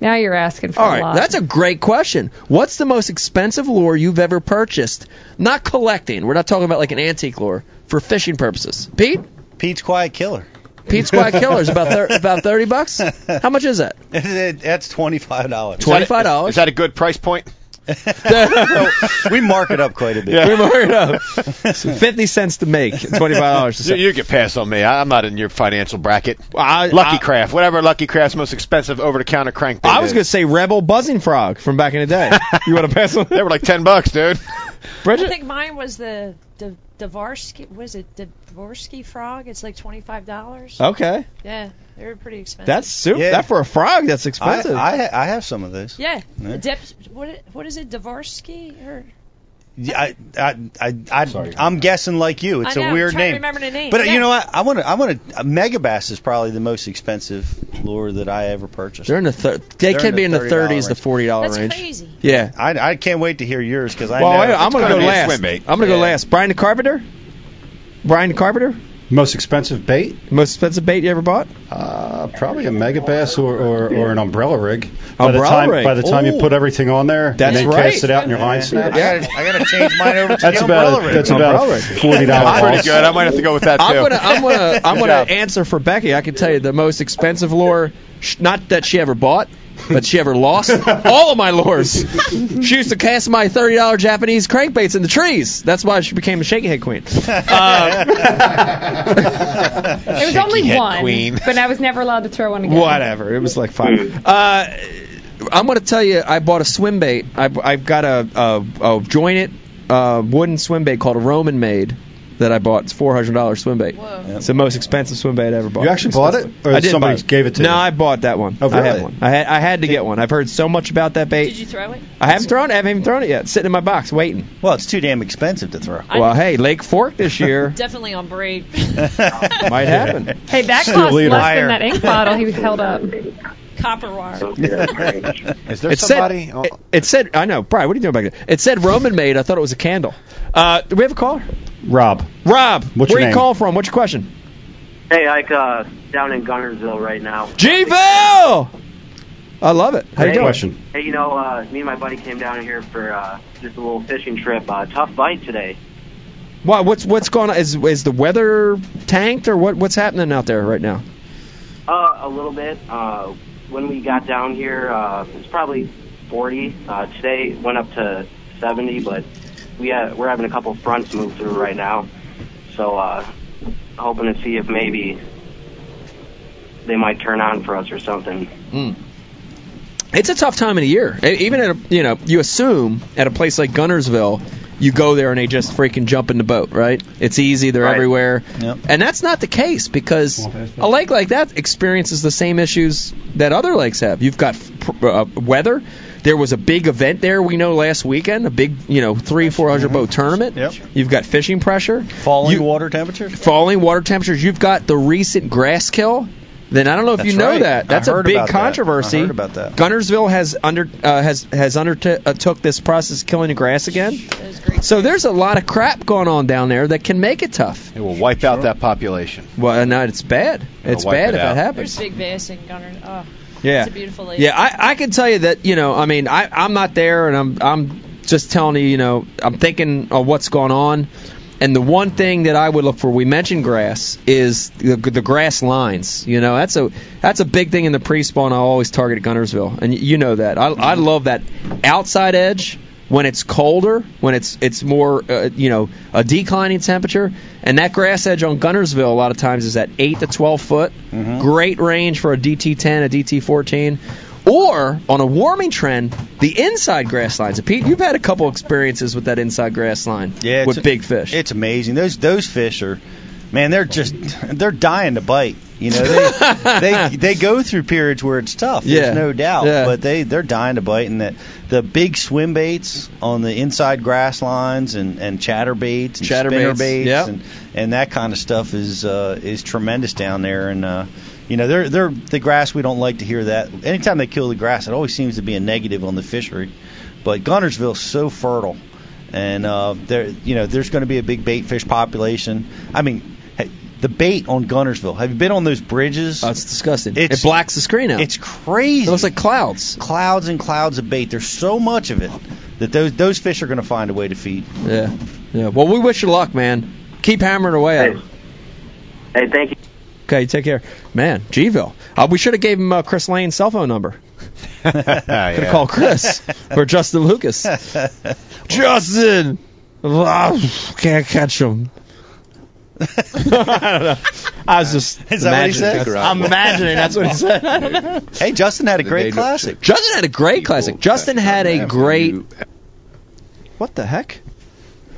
S11: Now you're asking for
S1: All
S11: a
S1: right,
S11: lot.
S1: that's a great question. What's the most expensive lure you've ever purchased? Not collecting. We're not talking about like an antique lure for fishing purposes. Pete?
S2: Pete's Quiet Killer.
S1: Pete Squad Killer is about thir- about thirty bucks. How much is that?
S2: That's twenty five dollars.
S1: Twenty five dollars.
S10: Is that a good price point?
S2: we mark it up quite a bit.
S1: We mark it up. Fifty cents to make, twenty five dollars.
S10: You, you get pass on me. I- I'm not in your financial bracket.
S1: I,
S10: Lucky Craft, whatever Lucky Craft's most expensive over-the-counter crankbait.
S1: I was gonna say Rebel Buzzing Frog from back in the day. You want to pass on?
S10: They were like ten bucks, dude.
S8: I
S1: Bridget,
S8: think mine was the the Dvorsky. Was it Dvorsky frog? It's like twenty five dollars.
S1: Okay.
S8: Yeah, they were pretty expensive.
S1: that's super. That for a frog, that's expensive.
S2: I, I, I have some of those.
S8: Yeah.
S2: Yeah.
S8: Dep- what i- what is it? Dvorsky or
S2: Yeah, I, I, I, I I'm guessing like you. It's
S8: I know,
S2: a
S8: I'm
S2: weird
S8: trying to
S2: name.
S8: remember the name,
S2: But uh,
S8: yeah.
S2: you know what? I want to. I want to. Mega Bass is probably the most expensive lure that I ever purchased.
S1: they're in the thir- they
S2: They're
S1: could be in the
S2: $30
S1: thirties to
S2: range.
S1: forty dollar range.
S8: crazy.
S1: Yeah.
S2: I, I can't wait to hear yours because I
S1: well,
S2: know
S1: I, am
S2: it's
S1: gonna go
S2: be a
S1: last.
S2: swim
S1: I'm
S2: bait.
S1: gonna go
S2: Yeah.
S1: last. Brian the Carpenter. Brian the Carpenter.
S4: Most expensive bait?
S1: Most expensive bait you ever bought?
S4: Uh, probably a mega bass or, or, or an umbrella rig. by the
S1: Umbrella
S4: time,
S1: rig.
S4: By the time
S1: Ooh.
S4: you put everything on there,
S1: That's
S4: and then
S1: right.
S4: cast it out and your line snaps.
S2: I gotta, I gotta change mine over to
S4: That's
S2: the
S4: about
S2: umbrella
S4: a,
S2: rig.
S4: that's about
S1: Umbrella
S4: a
S1: rig.
S4: forty dollars.
S1: I'm pretty good. I might
S10: have to go with that
S1: I'm gonna, I'm gonna, I'm gonna answer for Becky. I can tell you the most expensive lure, sh- not that she ever bought, but she ever lost. All of my lures. She used to cast my thirty dollar Japanese crankbaits in the trees. That's why she became a shaky head queen. Uh,
S11: It was
S1: Shaky
S11: only
S1: head
S11: one,
S1: queen.
S11: but I was never allowed to throw one again.
S1: Whatever. It was like
S4: Hmm.
S1: five. Uh, I'm going to tell you, I bought a swim bait. I've, I've got a, a, a jointed uh, wooden swim bait called a Roman Made that I bought. It's $400 swim bait. It's the most expensive swim bait I ever bought.
S4: You actually bought it? Or
S1: I did
S4: somebody
S1: buy it.
S4: gave it to
S1: no,
S4: you?
S1: No, I bought that one.
S4: Oh,
S1: I had
S4: really?
S1: one. I had, I had to get one. I've heard so much about that bait.
S8: did you throw it?
S1: I haven't thrown it. I haven't even thrown it yet. It's sitting in my box waiting.
S2: Well, it's too damn expensive to throw.
S1: Well, hey, Lake Fork this year
S8: Definitely on braid.
S1: might happen.
S11: Hey, that
S1: Still
S11: cost
S1: leader.
S11: less
S1: Liar.
S11: than that ink bottle he held up.
S8: Copper wire.
S10: Is there
S1: it
S10: somebody?
S1: Said, it, it said, I know, Brian. What are you doing back there? It said Roman made. I thought it was a candle. Uh, do we have a caller?
S4: Rob.
S1: Rob,
S4: What's your
S1: where you
S4: name?
S1: calling from? What's your question?
S15: Hey, Ike, uh, down in Gunnersville right now.
S1: Gville. I love it. How you
S15: Hey,
S1: doing?
S15: Hey, you know, uh, me and my buddy came down here for uh, just a little fishing trip. Uh, tough bite today.
S1: Why? What's what's going on? Is is the weather tanked or what? What's happening out there right now?
S15: Uh, a little bit. Uh, when we got down here, uh, it's probably 40. Uh, today it went up to 70, but we ha- we're having a couple fronts move through right now. So, uh, hoping to see if maybe they might turn on for us or something.
S1: It's a tough time of the year. E- Even at a, you know, you assume at a place like Gunnersville, you go there and they just freaking jump in the boat, right? It's easy. They're everywhere, and that's not the case because a lake like that experiences the same issues that other lakes have. You've got pr- uh, weather. There was a big event there. We know last weekend, a big you know three four hundred boat tournament. Yep. You've got fishing pressure, falling
S2: water temperatures.
S1: falling water temperatures. You've got the recent grass kill. Then I don't know if
S2: That's
S1: you know
S2: right.
S1: that.
S2: I
S1: That's a
S2: heard
S1: big
S2: about that. I
S1: controversy.
S2: heard about that.
S1: Gunnersville has under uh, has has undertook uh, this process of killing the grass again. So there's a lot of crap going on down there that can make it tough.
S10: It will wipe out that population.
S1: Well, no, it's bad.
S10: It'll
S1: It's
S10: wipe
S1: bad
S10: it
S1: if
S10: out.
S1: that happens.
S8: There's big bass in Gunner. Oh,
S1: Yeah.
S8: It's a beautiful lake.
S1: Yeah, I, I can tell you that, you know, I mean, I, I'm not there and I'm I'm just telling you, you know, I'm thinking of what's going on. And the one thing that I would look for, we mentioned grass, is the, the grass lines. You know, that's a that's a big thing in the pre-spawn. I always target at Gunnersville, and y- you know that. I, I love that outside edge when it's colder, when it's it's more uh, you know a declining temperature, and that grass edge on Gunnersville a lot of times is at eight to twelve foot. Great range for a DT10, a DT14, or on a warming trend, the inside grass lines. And Pete, you've had a couple experiences with that inside grass line.
S2: Yeah, it's
S1: with
S2: a-
S1: big fish.
S2: It's amazing. Those those fish are, man, they're just they're dying to bite. You know, they they, they go through periods where it's tough.
S1: Yeah.
S2: There's no doubt,
S1: Yeah.
S2: but they they're dying to bite, and that the big swim baits on the inside grass lines and and chatter baits and
S1: Chatter
S2: spinner
S1: baits,
S2: baits,
S1: yep.
S2: and and that kind of stuff is uh, is tremendous down there and. Uh, you know, they're they're the grass. We don't like to hear that. Anytime they kill the grass, it always seems to be a negative on the fishery. But Gunnersville's so fertile, and uh, there, you know, there's going to be a big bait fish population. I mean, hey, the bait on Gunnersville. Have you been on those bridges?
S1: Oh, it's disgusting. It blacks the screen out.
S2: It's crazy. It
S1: looks like clouds.
S2: Clouds and clouds of bait. There's so much of it that those those fish are going to find a way to feed.
S1: uh, Yeah, yeah. Well, we wish you luck, man. Keep hammering away at it.
S15: Hey, thank you.
S1: Okay, take care, man. Gville. Uh, we should have gave him uh, Chris Lane's cell phone number. Could
S2: yeah.
S1: call Chris or Justin Lucas. Justin, Ah, can't catch him. I don't know. I was just
S2: Is that what he
S1: imagining-
S2: said?
S1: I'm imagining that's what he said.
S2: I don't know. Hey, Justin had a great classic.
S1: Justin had a great classic. Justin had a great. What the heck?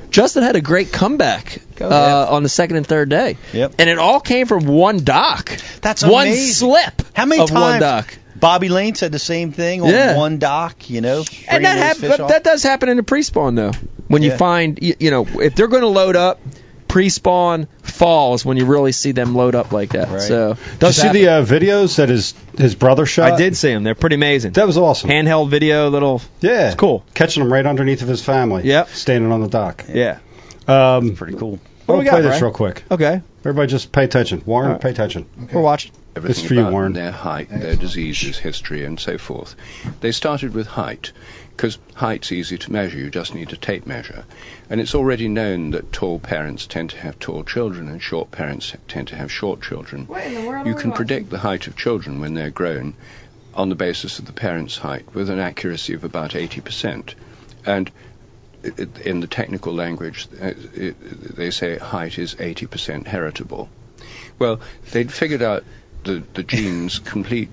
S1: Justin had a great comeback uh, on the second and third day. Yep. And it all came from one doc.
S2: That's
S1: one
S2: amazing.
S1: slip.
S2: How many
S1: of
S2: times?
S1: one doc?
S2: Bobby Lane said the same thing on
S1: Yeah.
S2: one dock, you know.
S1: And that, hap-
S2: happens.
S1: that, that does happen in the pre-spawn though. When you
S2: Yeah.
S1: find you, you know if they're going to load up, pre-spawn falls when you really see them load up like that. So
S4: Did you see the uh, videos that his his brother shot?
S1: I did see them. They're pretty amazing.
S4: That was awesome.
S1: Handheld video, little
S4: yeah, it's
S1: cool.
S4: Catching him right underneath of his family.
S1: Yep.
S4: standing on the dock.
S1: Yeah,
S4: um,
S2: pretty cool.
S1: What
S4: We'll
S1: do we
S4: play
S1: got,
S4: this
S1: Brian?
S4: real quick.
S1: Okay.
S4: Everybody, just pay attention. Warren, pay attention.
S1: We're watching.
S9: everything
S4: It's for you,
S9: about
S4: Warren.
S9: their height, their diseases, history, and so forth. They started with height because height's easy to measure. You just need a tape measure, and it's already known that tall parents tend to have tall children and short parents tend to have short children.
S11: What in the world
S9: You
S11: are we
S9: can
S11: watching?
S9: predict the height of children when they're grown on the basis of the parents' height with an accuracy of about 80%. And i- i- in the technical language, uh, it- they say height is 80% heritable. Well, they'd figured out the, the gene's complete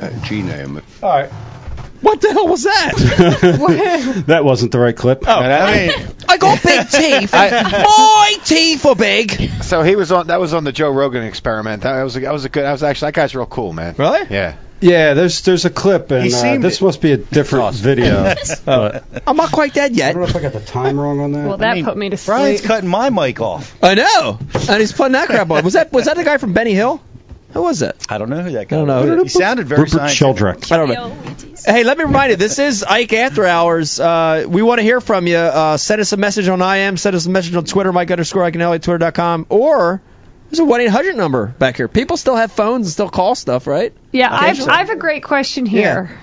S9: uh, genome.
S4: All right.
S1: What the hell was that?
S4: That wasn't the right clip.
S1: Oh,
S10: I mean,
S1: I got big teeth. My teeth are big.
S10: So he was on. That was on the Joe Rogan experiment. That was. a- That was a good. That was actually. That guy's real cool, man.
S1: Really?
S10: Yeah.
S4: Yeah, there's there's a clip, and
S10: He
S4: uh,
S10: seemed
S4: this must be a different video. But
S1: I'm not quite dead yet. I don't know
S4: if I got the time wrong on that.
S11: Well, that put me to sleep.
S2: Brian's cutting my mic off.
S1: I know. And he's putting that crap on. Was that was that the guy from Benny Hill? Who was that?
S2: I don't know who that
S1: guy. I don't know.
S2: He sounded very
S4: Rupert
S2: scientific.
S4: Sheldrake.
S1: I don't know. Hey, let me remind you, this is Ike After Hours. Uh, we want to hear from you. Uh, send us a message on IM, send us a message on Twitter, Mike underscore Ike and LA, Twitter.com, or there's a 1 800 number back here. People still have phones and still call stuff, right?
S11: Yeah, I've,
S1: Cancel.
S11: I've a great question here.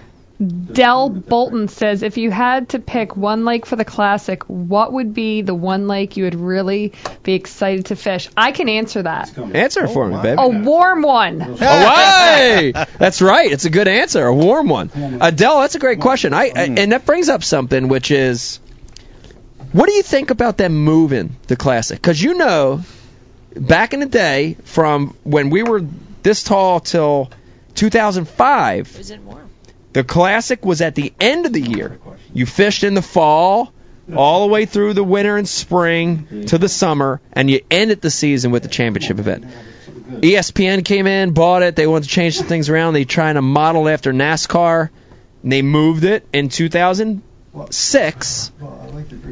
S11: Dell Bolton says, if you had to pick one lake for the classic, what would be the one lake you would really be excited to fish? I can answer that.
S1: Answer for
S4: Oh,
S1: me, baby.
S11: A warm one.
S1: Away! That's right. It's a good answer, a warm one. Adele, that's a great question. I, I and that brings up something, which is, what do you think about them moving the classic? Because you know, back in the day, from when we were this tall till 2005,
S8: Is it warm?
S1: the classic was at the end of the year. You fished in the fall, all the way through the winter and spring to the summer, and you ended the season with the championship event. E ESPN came in, bought it. They wanted to change some things around. They trying to model after NASCAR. And they moved it in 2006.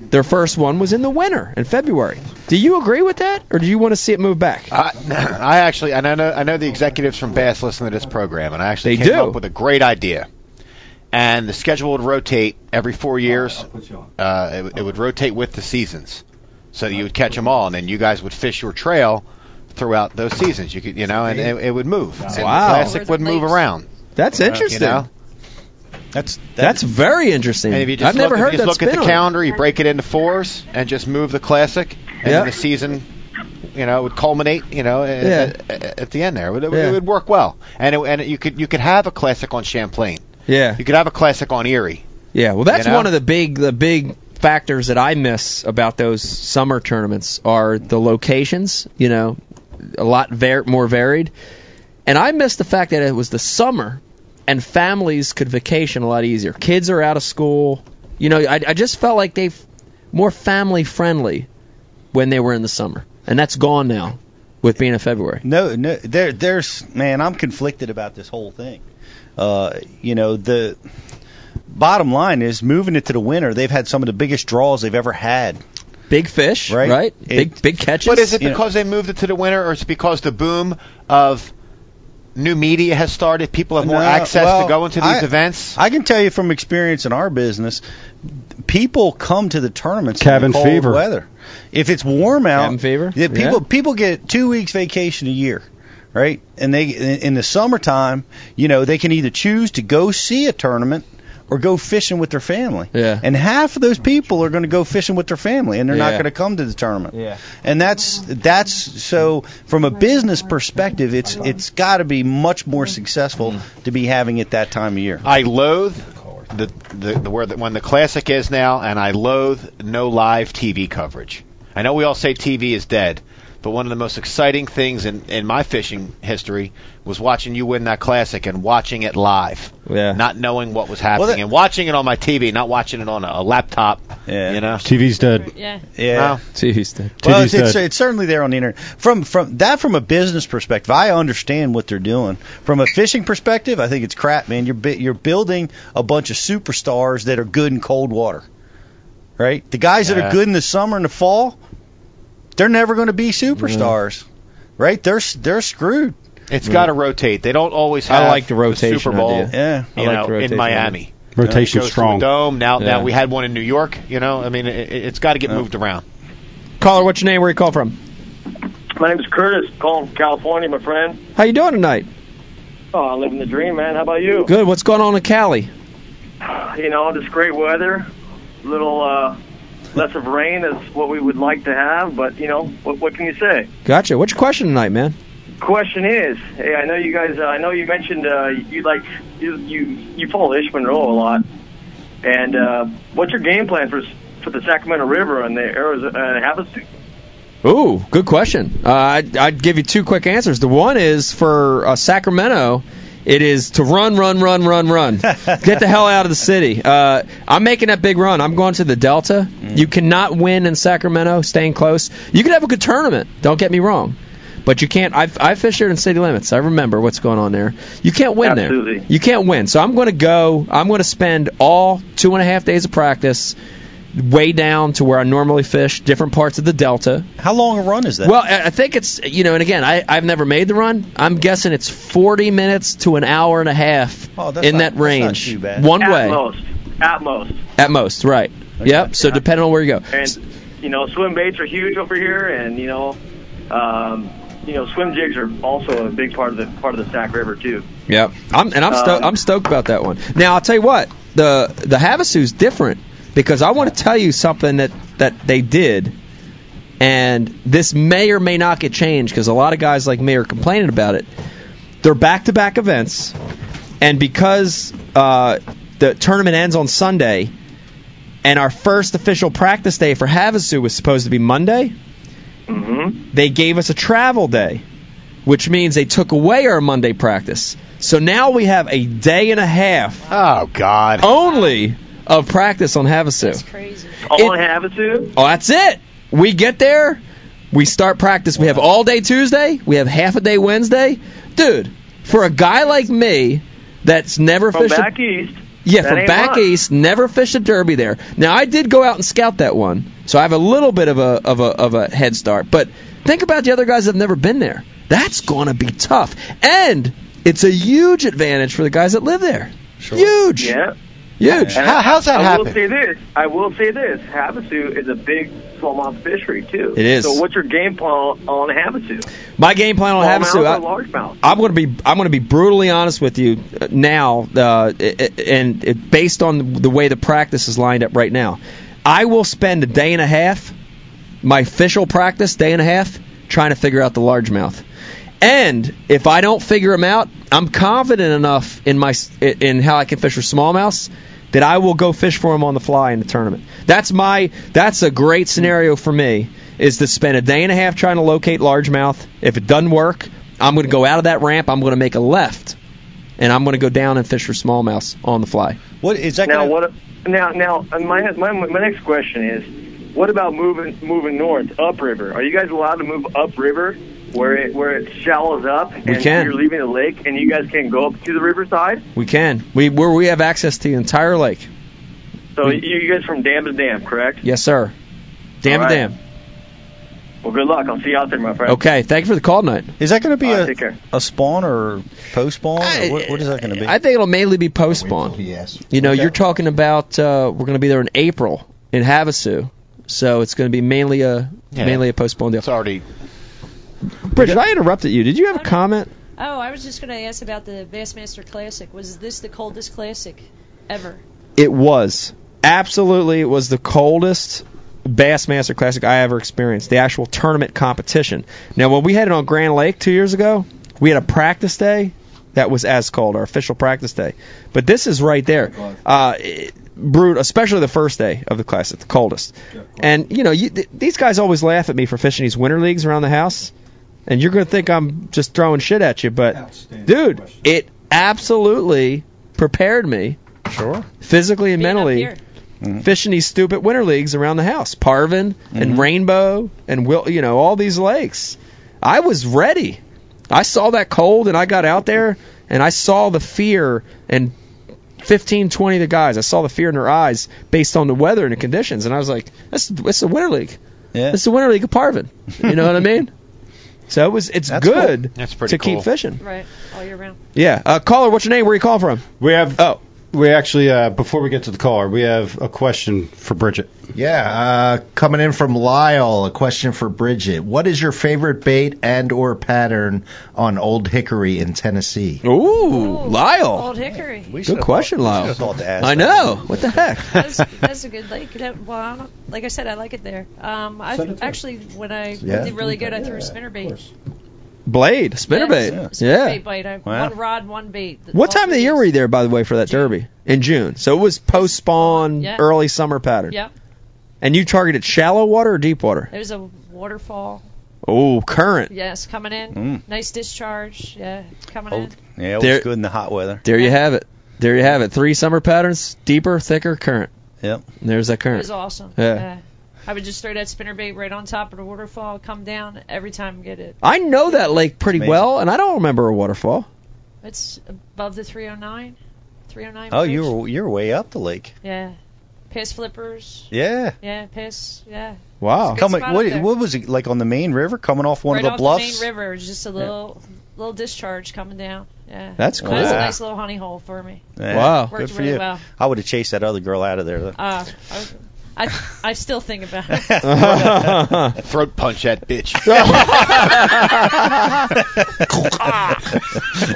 S1: Their first one was in the winter in February. Do you agree with that, or do you want to see it move back?
S10: I, I actually, and I know, I know the executives from Bass listen to this program, and I actually
S1: They
S10: came
S1: do.
S10: up with a great idea. And the schedule would rotate every four years. Uh, it, would- it would rotate with the seasons, so that you would catch them all, and then you guys would fish your trail throughout those seasons. You could, you know, and it, it would move. And the
S1: Wow.
S10: classic would move around. Uh,
S1: That's
S10: You know?
S1: interesting.
S2: That's
S1: that's very interesting.
S10: And if you just
S1: I've never
S10: look,
S1: heard
S10: if you
S1: that
S10: just
S1: spin
S10: look at
S1: on
S10: the
S1: it.
S10: calendar, you break it into fours, and just move the classic, and
S1: Yeah.
S10: then the season, you know, would culminate, you know, at-
S1: Yeah.
S10: at, at the end there. It would, it
S1: Yeah.
S10: would work well, and it, and you could you could have a classic on Champlain.
S1: Yeah.
S10: You could have a classic on Erie.
S1: Yeah, well, that's
S10: You know?
S1: one of the big the big factors that I miss about those summer tournaments are the locations. You know, a lot var- more varied, and I miss the fact that it was the summer and families could vacation a lot easier. Kids are out of school. You know, I, I just felt like they f- more family friendly when they were in the summer, and that's gone now with being in February.
S2: No, no, there, there's man, I'm conflicted about this whole thing. Uh, you know, the bottom line is moving it to the winter. They've had some of the biggest draws they've ever had.
S1: Big fish,
S2: right?
S1: right?
S2: It-
S1: Big big catches.
S10: But is it
S1: You know.
S10: because they moved it to the winter, or is it because the boom of new media has started? People have more
S2: No,
S10: access
S2: well,
S10: to go into these
S2: I-
S10: events.
S2: I can tell you from experience in our business, people come to the tournaments
S4: Cabin
S2: in the cold
S4: fever.
S2: weather. If it's warm out,
S1: Cabin fever?
S2: Yeah, people
S1: Yeah.
S2: people get two weeks vacation a year, right? And they in the summertime, you know, they can either choose to go see a tournament or go fishing with their family.
S1: Yeah.
S2: And half of those people are going to go fishing with their family, and they're not
S1: Yeah.
S2: going to come to the tournament.
S1: Yeah.
S2: And that's that's so from a business perspective, it's it's got to be much more successful to be having it that time of year.
S10: I loathe the, the, the word that when the classic is now, and I loathe no live TV coverage. I know we all say TV is dead, but one of the most exciting things in, in my fishing history was watching you win that classic and watching it live.
S2: Yeah.
S10: Not knowing what was happening and watching it on my TV, not watching it on a, a laptop. Yeah. You know.
S4: TV's dead.
S8: Yeah.
S2: Yeah.
S10: Wow.
S1: TV's dead.
S2: Well,
S10: TV's
S2: it's, it's,
S10: dead.
S2: it's certainly there on the internet. From from that from a business perspective, I understand what they're doing. From a fishing perspective, I think it's crap, man. You're bi- you're building a bunch of superstars that are good in cold water, right? The guys that
S1: Yeah.
S2: are good in the summer and the fall, they're never going to be superstars, right? They're s- they're screwed.
S10: It's got to rotate. They don't always have.
S2: I like the rotation
S10: Super Bowl.
S2: idea. Yeah.
S10: you
S2: I like
S10: know,
S2: the rotation
S10: in Miami.
S2: idea.
S10: You know,
S4: Rotation's
S10: it goes to the
S4: strong.
S10: Dome now.
S1: Yeah.
S10: Now we had one in New York. You know, I mean, it, it- it's got to get moved around.
S1: Caller, what's your name? Where you call from?
S3: My name is Curtis, calling from California, my friend.
S1: How you doing tonight?
S3: Oh, I'm living the dream, man. How about you?
S1: Good. What's going on in Cali?
S3: You know, this great weather, little uh, less of rain is what we would like to have, but you know, what, what can you say?
S1: Gotcha. What's your question tonight, man?
S3: Question is, hey, I know you guys. Uh, I know you mentioned uh, you like you you you follow Ish Monroe a lot, and uh, what's your game plan for s- for the Sacramento River and the Arizona and Havasu?
S1: Ooh, good question. Uh, I'd, I'd give you two quick answers. The one is for uh, Sacramento. It is to run, run, run, run, run. Get the hell out of the city. Uh, I'm making that big run. I'm going to the Delta. You cannot win in Sacramento, staying close. You can have a good tournament. Don't get me wrong. But you can't. I, I fished there in city limits. I remember what's going on there. You can't win
S3: Absolutely.
S1: there. You can't win. So I'm going to go. I'm going to spend all two and a half days of practice way down to where I normally fish, different parts of the delta.
S2: How long a run is that?
S1: Well, I I think it's you know, and again, I, I've never made the run. I'm guessing it's 40 minutes to an hour and a half
S3: Oh, that's
S1: in
S3: not-
S1: that
S3: that's not
S1: range,
S3: too bad.
S1: one
S3: at
S1: way
S3: most, at most.
S1: at most, right? Yep. So depending on where you go.
S3: And you know, swim baits are huge over here, and you know, um, you know, swim jigs are also a big part of the part of the Sac River too.
S1: Yep. I'm and I'm sto-
S3: Um,
S1: I'm stoked about that one. Now I'll tell you what the the Havasu's different because I want to tell you something that that they did, and this may or may not get changed because a lot of guys like me are complaining about it. They're back to back events, and because uh, the tournament ends on Sunday, and our first official practice day for Havasu was supposed to be Monday, they gave us a travel day, which means they took away our Monday practice. So now we have a day and a half.
S10: Oh God!
S1: Only of practice on Havasu. That's
S8: crazy.
S3: All in Havasu?
S1: Oh, that's it. We get there, we start practice. We have all day Tuesday, we have half a day Wednesday. Dude, for a guy like me that's never
S3: From
S1: fished a-
S3: back east.
S1: yeah,
S3: that
S1: from
S3: ain't
S1: back
S3: much.
S1: east, never fished a derby there. Now I did go out and scout that one, so I have a little bit of a of a of a head start. But think about the other guys that've never been there. That's gonna be tough. And it's a huge advantage for the guys that live there. Huge.
S3: Yeah.
S1: Huge.
S3: And I- I will say this. I will say this. Havasu is a big smallmouth fishery too.
S1: It is.
S3: So what's your game plan on Havasu?
S1: My game plan on Havasu, I-
S3: Smallmouth or largemouth?
S1: I'm going to be I'm going to be brutally honest with you uh, now, uh, i- i- and it, based on the way the practice is lined up right now, I will spend a day and a half, my official practice day and a half, trying to figure out the largemouth. And if I don't figure them out, I'm confident enough in my s- i- in how I can fish for smallmouth that I will go fish for them on the fly in the tournament. That's my that's a great scenario for me is to spend a day and a half trying to locate largemouth. If it doesn't work, I'm going to go out of that ramp. I'm going to make a left, and I'm going to go down and fish for smallmouth on the fly.
S2: What is that?
S3: Now what? Now now uh, my my my next question is, what about moving moving north upriver? Are you guys allowed to move upriver where it where it shallows up and
S1: can.
S3: you're leaving the lake and you guys can go up to the riverside?
S1: We can we where we have access to the entire lake.
S3: So you, you guys from dam to dam, correct?
S1: Yes, sir. Damn
S3: All
S1: it,
S3: right.
S1: damn.
S3: Well, good luck. I'll see you out there, my friend.
S1: Okay, thank you for the call tonight.
S2: Is that going to be
S3: All right,
S2: a,
S3: take care.
S2: a spawn or post spawn? Or what, what is that going to be?
S1: I think it'll mainly be post spawn. Yes. You know, you're talking about uh, we're going to be there in April in Havasu, so it's going to be mainly a
S10: Yeah.
S1: mainly a post spawn deal. It's
S10: already.
S1: Bridget, I interrupted you. Did you have a comment?
S8: Oh, I was just going to ask about the Bassmaster Classic. Was this the coldest classic ever?
S1: It was absolutely it was the coldest Bassmaster Classic I ever experienced. The actual tournament competition. Now, when we had it on Grand Lake two years ago, we had a practice day that was as cold, our official practice day. But this is right there, uh, it- brute, especially the first day of the classic, the coldest. And you know, you, th- these guys always laugh at me for fishing these winter leagues around the house, and you're gonna think I'm just throwing shit at you, but dude, it absolutely prepared me,
S2: sure,
S1: physically and mentally
S8: here.
S10: Mm-hmm.
S1: fishing these stupid winter leagues around the house, Parvin and Rainbow and Will, you know, all these lakes. I was ready. I saw that cold and I got out there and I saw the fear and 15, 20 of the guys. I saw the fear in their eyes based on the weather and the conditions, and I was like, "That's that's the winter league.
S2: Yeah,
S1: that's the winter league of Parvin." You know what I mean? So it was. It's
S10: cool.
S1: good
S10: That's pretty
S1: to
S10: cool.
S1: keep fishing.
S8: Right, all year round.
S1: Yeah, uh, caller, what's your name? Where you call from?
S4: We have oh, we actually uh, before we get to the caller, we have a question for Bridget.
S5: Yeah, uh, coming in from Lyle, a question for Bridget. What is your favorite bait and or pattern on Old Hickory in Tennessee?
S1: Ooh,
S8: Old Hickory.
S1: Good question, Lyle.
S5: ask
S1: I
S5: that.
S1: know. What the heck?
S8: That's, that's a good lake. That, well, I don't, like I said, I like it there. Um, I actually when I
S1: Yeah.
S8: did really good, I threw a spinnerbait.
S1: Blade, spinnerbait.
S8: Yeah, it's-
S1: Yeah.
S8: Spinnerbait bite. I,
S1: Wow.
S8: One rod, one bait. The-
S1: What time of the year were you there, by the way, for that derby? In June. So it was post spawn,
S8: Yeah.
S1: Mm. early summer pattern.
S8: Yep.
S1: And you targeted shallow water or deep water?
S8: It was a waterfall.
S1: Oh, current.
S8: Yes, coming in.
S1: Mm.
S8: Nice discharge. Yeah, coming in.
S1: Yeah, it there, good
S2: in the hot weather.
S1: There you have it. There you have it. Three summer patterns, deeper, thicker, current.
S2: Yep.
S1: And there's that
S8: It
S1: current.
S8: was awesome.
S1: Yeah.
S8: I would just throw that spinnerbait right on top of the waterfall, come down every time, get it.
S1: I know that lake pretty
S8: Amazing.
S1: well, and I don't remember a waterfall.
S8: It's above the 309. 309.
S2: Oh, you
S8: first.
S2: were you were way up the lake.
S8: Yeah. Piss flippers.
S2: Yeah.
S8: Yeah, piss. Yeah.
S2: Wow.
S8: It's a good
S2: Coming,
S8: spot
S2: what,
S8: up there.
S2: what was it like on the main river? Coming off one
S8: right
S2: of the
S8: off
S2: bluffs.
S8: the main river, it's just a little little discharge coming down. Yeah.
S2: That's
S8: That was a
S2: cool.
S8: nice little honey hole for me.
S2: Yeah.
S8: Worked
S2: Good for
S8: really
S2: you.
S8: well.
S2: I would have chased that other girl out of there. Though.
S8: Uh, I, was- I I still think about it.
S1: Uh,
S10: Throat punch that bitch.
S11: Ah.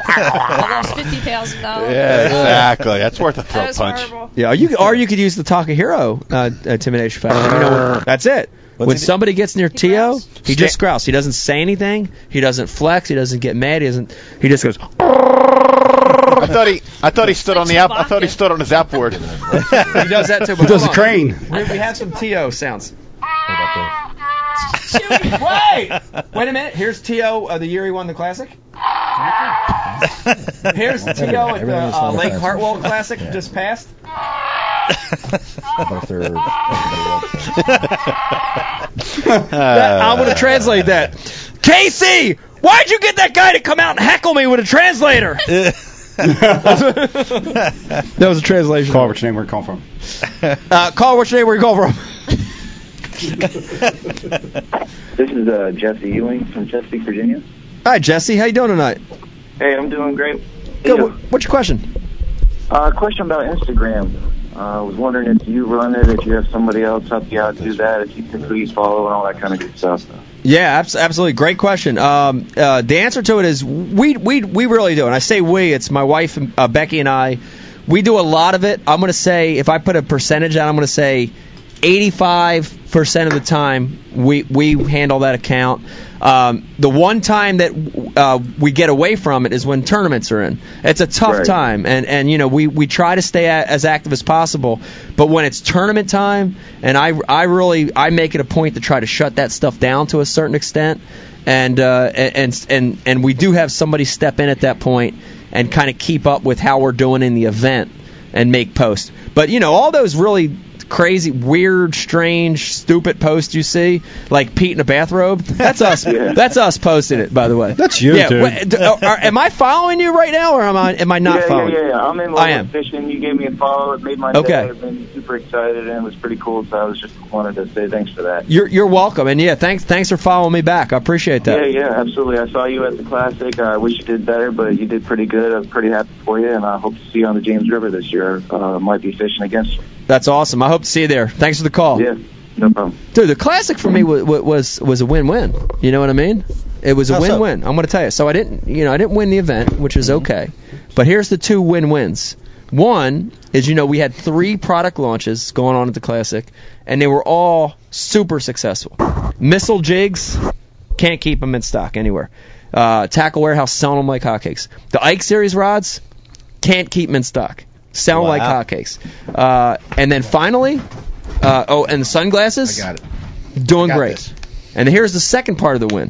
S8: I lost fifty thousand dollars.
S10: Yeah, exactly. That's worth a
S8: That
S10: throat
S8: was
S10: punch.
S8: horrible.
S1: Yeah, or you, or you could use the Takahiro uh, intimidation factor. You know, when- that's it. when somebody gets near Tio, he just growls. He doesn't say anything. He doesn't flex. He doesn't get mad. He doesn't. He just goes.
S10: I thought he, I thouut he stood on the app. I thought he stood on his outboard.
S1: he does that too.
S10: He does a
S1: crane. We, we have some Tio sounds. Wait! Wait a minute. Here's Tio uh, the year he won the classic. Here's Tio at the uh, Lake Hartwell Classic just passed. That-
S4: Uh.
S1: I'm gonna translate that. Casey, why'd you get that guy to come out and heckle me with a translator? that was a translation.
S4: Call which name where you call from.
S1: Uh, call which name where you call from.
S16: This is uh, Jesse Ewing from Chesapeake, Virginia.
S1: Hi Jesse, how you doing tonight?
S16: Hey, I'm doing great.
S1: Good. wh- What's your question?
S16: Uh, question about Instagram. Uh, I was wondering if you run it, if you have somebody else help you out do that, if you pick who you follow and all that kind of good stuff.
S1: Yeah, abs- absolutely. Great question. Um, uh, the answer to it is we we we really do, and I say we. It's my wife uh, Becky and I. We do a lot of it. I'm gonna say if I put a percentage out, I'm gonna say 85% of the time we we handle that account. Um, the one time that uh, we get away from it is when tournaments are in. It's a tough
S16: Right.
S1: time, and and you know we we try to stay a as active as possible. But when it's tournament time, and I I really I make it a point to try to shut that stuff down to a certain extent, and uh, and and and we do have somebody step in at that point and kind of keep up with how we're doing in the event and make posts. But you know, all those really crazy, weird, strange, stupid posts you see, like Pete in a bathrobe, that's us. That's us posting it, by the way. That's
S4: you,
S1: yeah,
S4: dude.
S1: wha- d- uh, are- are- am I following you right now, or am I am I not
S16: yeah,
S1: following?
S16: yeah, yeah,
S1: you?
S16: yeah. I'm in love
S1: I am.
S16: with fishing. You gave me a follow. It made my
S1: Okay.
S16: day. I've been super excited, and it was pretty cool, so I was just wanted to say thanks for that.
S1: You're you're welcome, and yeah, thanks thanks for following me back. I appreciate that.
S16: Yeah, yeah, absolutely. I saw you at the Classic. I wish you did better, but you did pretty good. I'm pretty happy for you, and I hope to see you on the James River this year. Uh, might be fishing against you.
S1: That's awesome. I hope to see you there. Thanks for the call.
S16: Yeah, no problem.
S1: Dude, the classic for me was was, was a win-win. You know what I mean? It was a
S16: How so? Mm-hmm.
S1: win-win. I'm going to tell you. So I didn't, you know, I didn't win the event, which is okay. But here's the two win-wins. One is, you know, we had three product launches going on at the Classic, and they were all super successful. Missile jigs, can't keep them in stock anywhere. Uh, tackle warehouse selling them like hotcakes. The Ike series rods, can't keep them in stock. Sell 'em like hotcakes. Uh, and then finally, uh, oh, and the sunglasses. I got it. Doing great. And here's the second part of the win.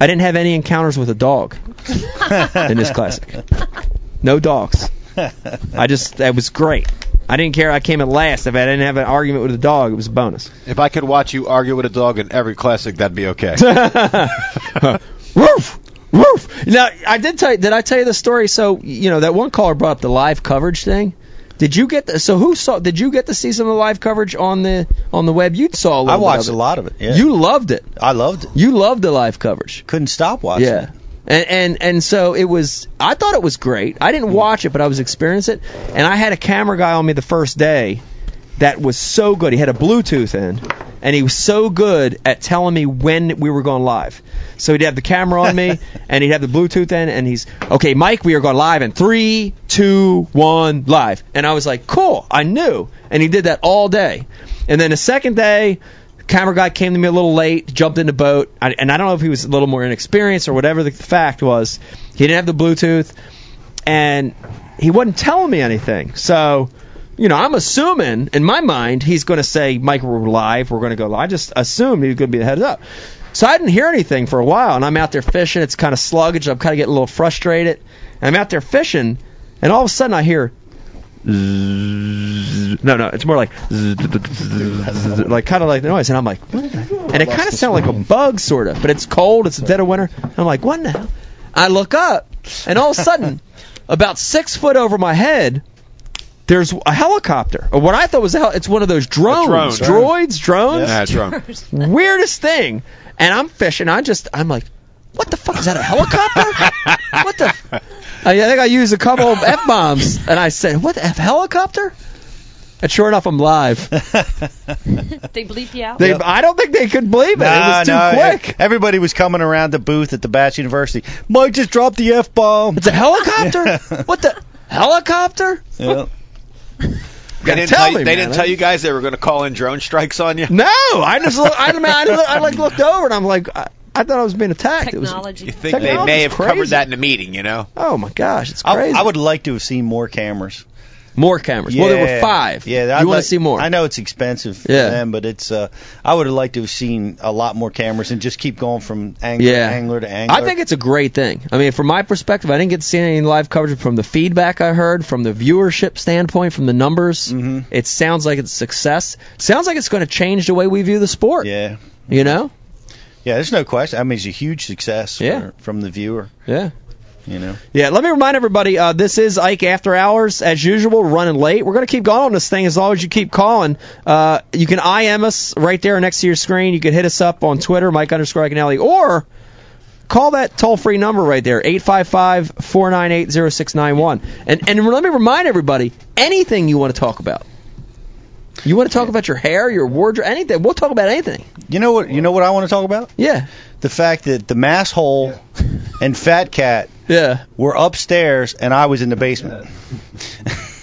S1: I didn't have any encounters with a dog in this classic. No dogs. I just that was great. I didn't care. I came at last. If I didn't have an argument with a dog, it was a bonus.
S10: If I could watch you argue with a dog in every classic, that'd be okay.
S1: Woof, woof. Now I did tell. You, did I tell you the story? So you know that one caller brought up the live coverage thing. Did you get the, so who saw? Did you get to see some of the live coverage on the on the web? You saw a little.
S2: I watched
S1: bit of
S2: a
S1: it.
S2: lot of it. Yeah.
S1: You loved it.
S2: I loved it.
S1: You loved the live coverage.
S2: Couldn't stop watching.
S1: yeah.
S2: it.
S1: And, and and so it was. I thought it was great. I
S2: Mm.
S1: didn't watch it, but I was experiencing it. And I had a camera guy on me the first day that was so good. He had a Bluetooth in, and he was so good at telling me when we were going live. So he'd have the camera on me, and he'd have the Bluetooth in, and he's okay, Mike. We are going live in three, two, one, live. And I was like, cool. I knew. And he did that all day. And then the second day, camera guy came to me a little late, jumped in the boat, I, and I don't know if he was a little more inexperienced or whatever the fact was. He didn't have the Bluetooth, and he wasn't telling me anything. So, you know, I'm assuming in my mind he's going to say, "Mike, we're live. We're going to go live." I just assumed he was going to be the heads up. So I didn't hear anything for a while, and I'm out there fishing. It's kind of sluggish. I'm kind of getting a little frustrated. And I'm out there fishing, and all of a sudden I hear Zzz. no, no, it's more like zzz, zzz, like kind of like the noise, and I'm like, what the- and it kind of sounded like a bug, sort of, but it's cold, it's the dead of winter. I'm like, what now? I look up, and all of a sudden, about six foot over my head, there's a helicopter, or what I thought was a hel- it's one of those drones,
S10: drone.
S1: droids, drones.
S10: Yeah, it's drone.
S1: Weirdest thing, and I'm fishing. I just, I'm like, what the fuck is that a helicopter? what the I I think I used a couple of F bombs, and I said, "What the F helicopter?" And sure enough, I'm live.
S8: they bleep you out.
S1: They, I don't think they could believe it. it was too
S2: no,
S1: quick.
S2: e- Everybody was coming around the booth at the Bass University. Mike just dropped the F bomb.
S1: It's a helicopter? What the helicopter?
S2: Yeah.
S10: They didn't
S1: tell
S10: tell,
S1: me,
S10: they
S1: man.
S10: didn't tell you guys they were going to call in drone strikes on you.
S1: No, I just look, I, mean, I, look, I like looked over and I'm like, I, I thought I was being attacked. Technology.
S10: You think they may have covered that in a meeting, you know?
S1: Oh my gosh, it's
S2: I,
S1: crazy.
S2: I would like to have seen more cameras.
S1: More cameras. Well, there were five.
S2: Yeah,
S1: You
S2: I'd
S1: wanna
S2: like-
S1: see more.
S2: I know it's expensive for
S1: Yeah.
S2: them, but it's. Uh, I would have liked to have seen a lot more cameras and just keep going from angler
S1: Yeah.
S2: to angler to angler.
S1: I think it's a great thing. I mean, from my perspective, I didn't get to see any live coverage from the feedback I heard, from the viewership standpoint, from the numbers.
S2: Mm-hmm.
S1: It sounds like it's a success. Sounds like it's going to change the way we view the sport.
S2: Yeah.
S1: You know?
S2: Yeah, there's no question. I mean, it's a huge success.
S1: Yeah.
S2: For, from the viewer.
S1: Yeah.
S2: You know.
S1: Yeah, let me remind everybody uh, this is Ike After Hours. As usual, running late. We're going to keep going on this thing as long as you keep calling. Uh, you can IM us right there next to your screen. You can hit us up on Twitter, Mike underscore Iconelli, or call that toll free number right there, 855 498 0691. And let me remind everybody anything you want to talk about. You want to talk about your hair, your wardrobe, anything. We'll talk about anything.
S2: You know what? You know what I want to talk about?
S1: Yeah.
S2: The fact that the mass hole and Fat Cat.
S1: Yeah.
S2: Were upstairs and I was in the basement.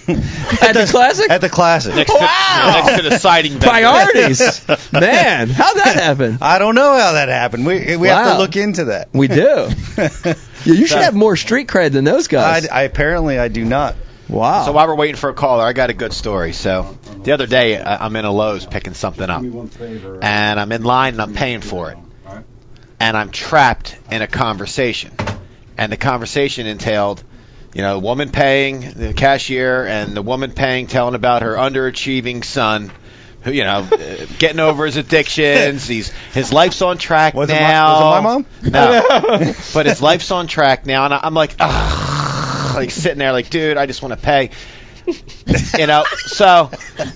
S1: At the classic?
S2: At the classic.
S10: Next to- Wow! next to the siding vendor.
S1: Priorities. Man, how'd that happen?
S2: I don't know how that happened. We we have
S1: Wow.
S2: to look into that.
S1: We do. yeah, you should have more street cred than those guys.
S2: I, I apparently I do not.
S1: Wow.
S10: So while we're waiting for a caller, I got a good story. So the other day, I- I'm in a Lowe's picking something up, and I'm in line and I'm paying for it, and I'm trapped in a conversation, and the conversation entailed, you know, the woman paying the cashier and the woman paying telling about her underachieving son. Who, you know, uh, getting over his addictions. He's his life's on track
S2: Was it my-
S10: now.
S2: was it my
S10: mom? No, but his life's on track now, and I- I'm like, ah, like sitting there, like, dude, I just want to pay you know. So,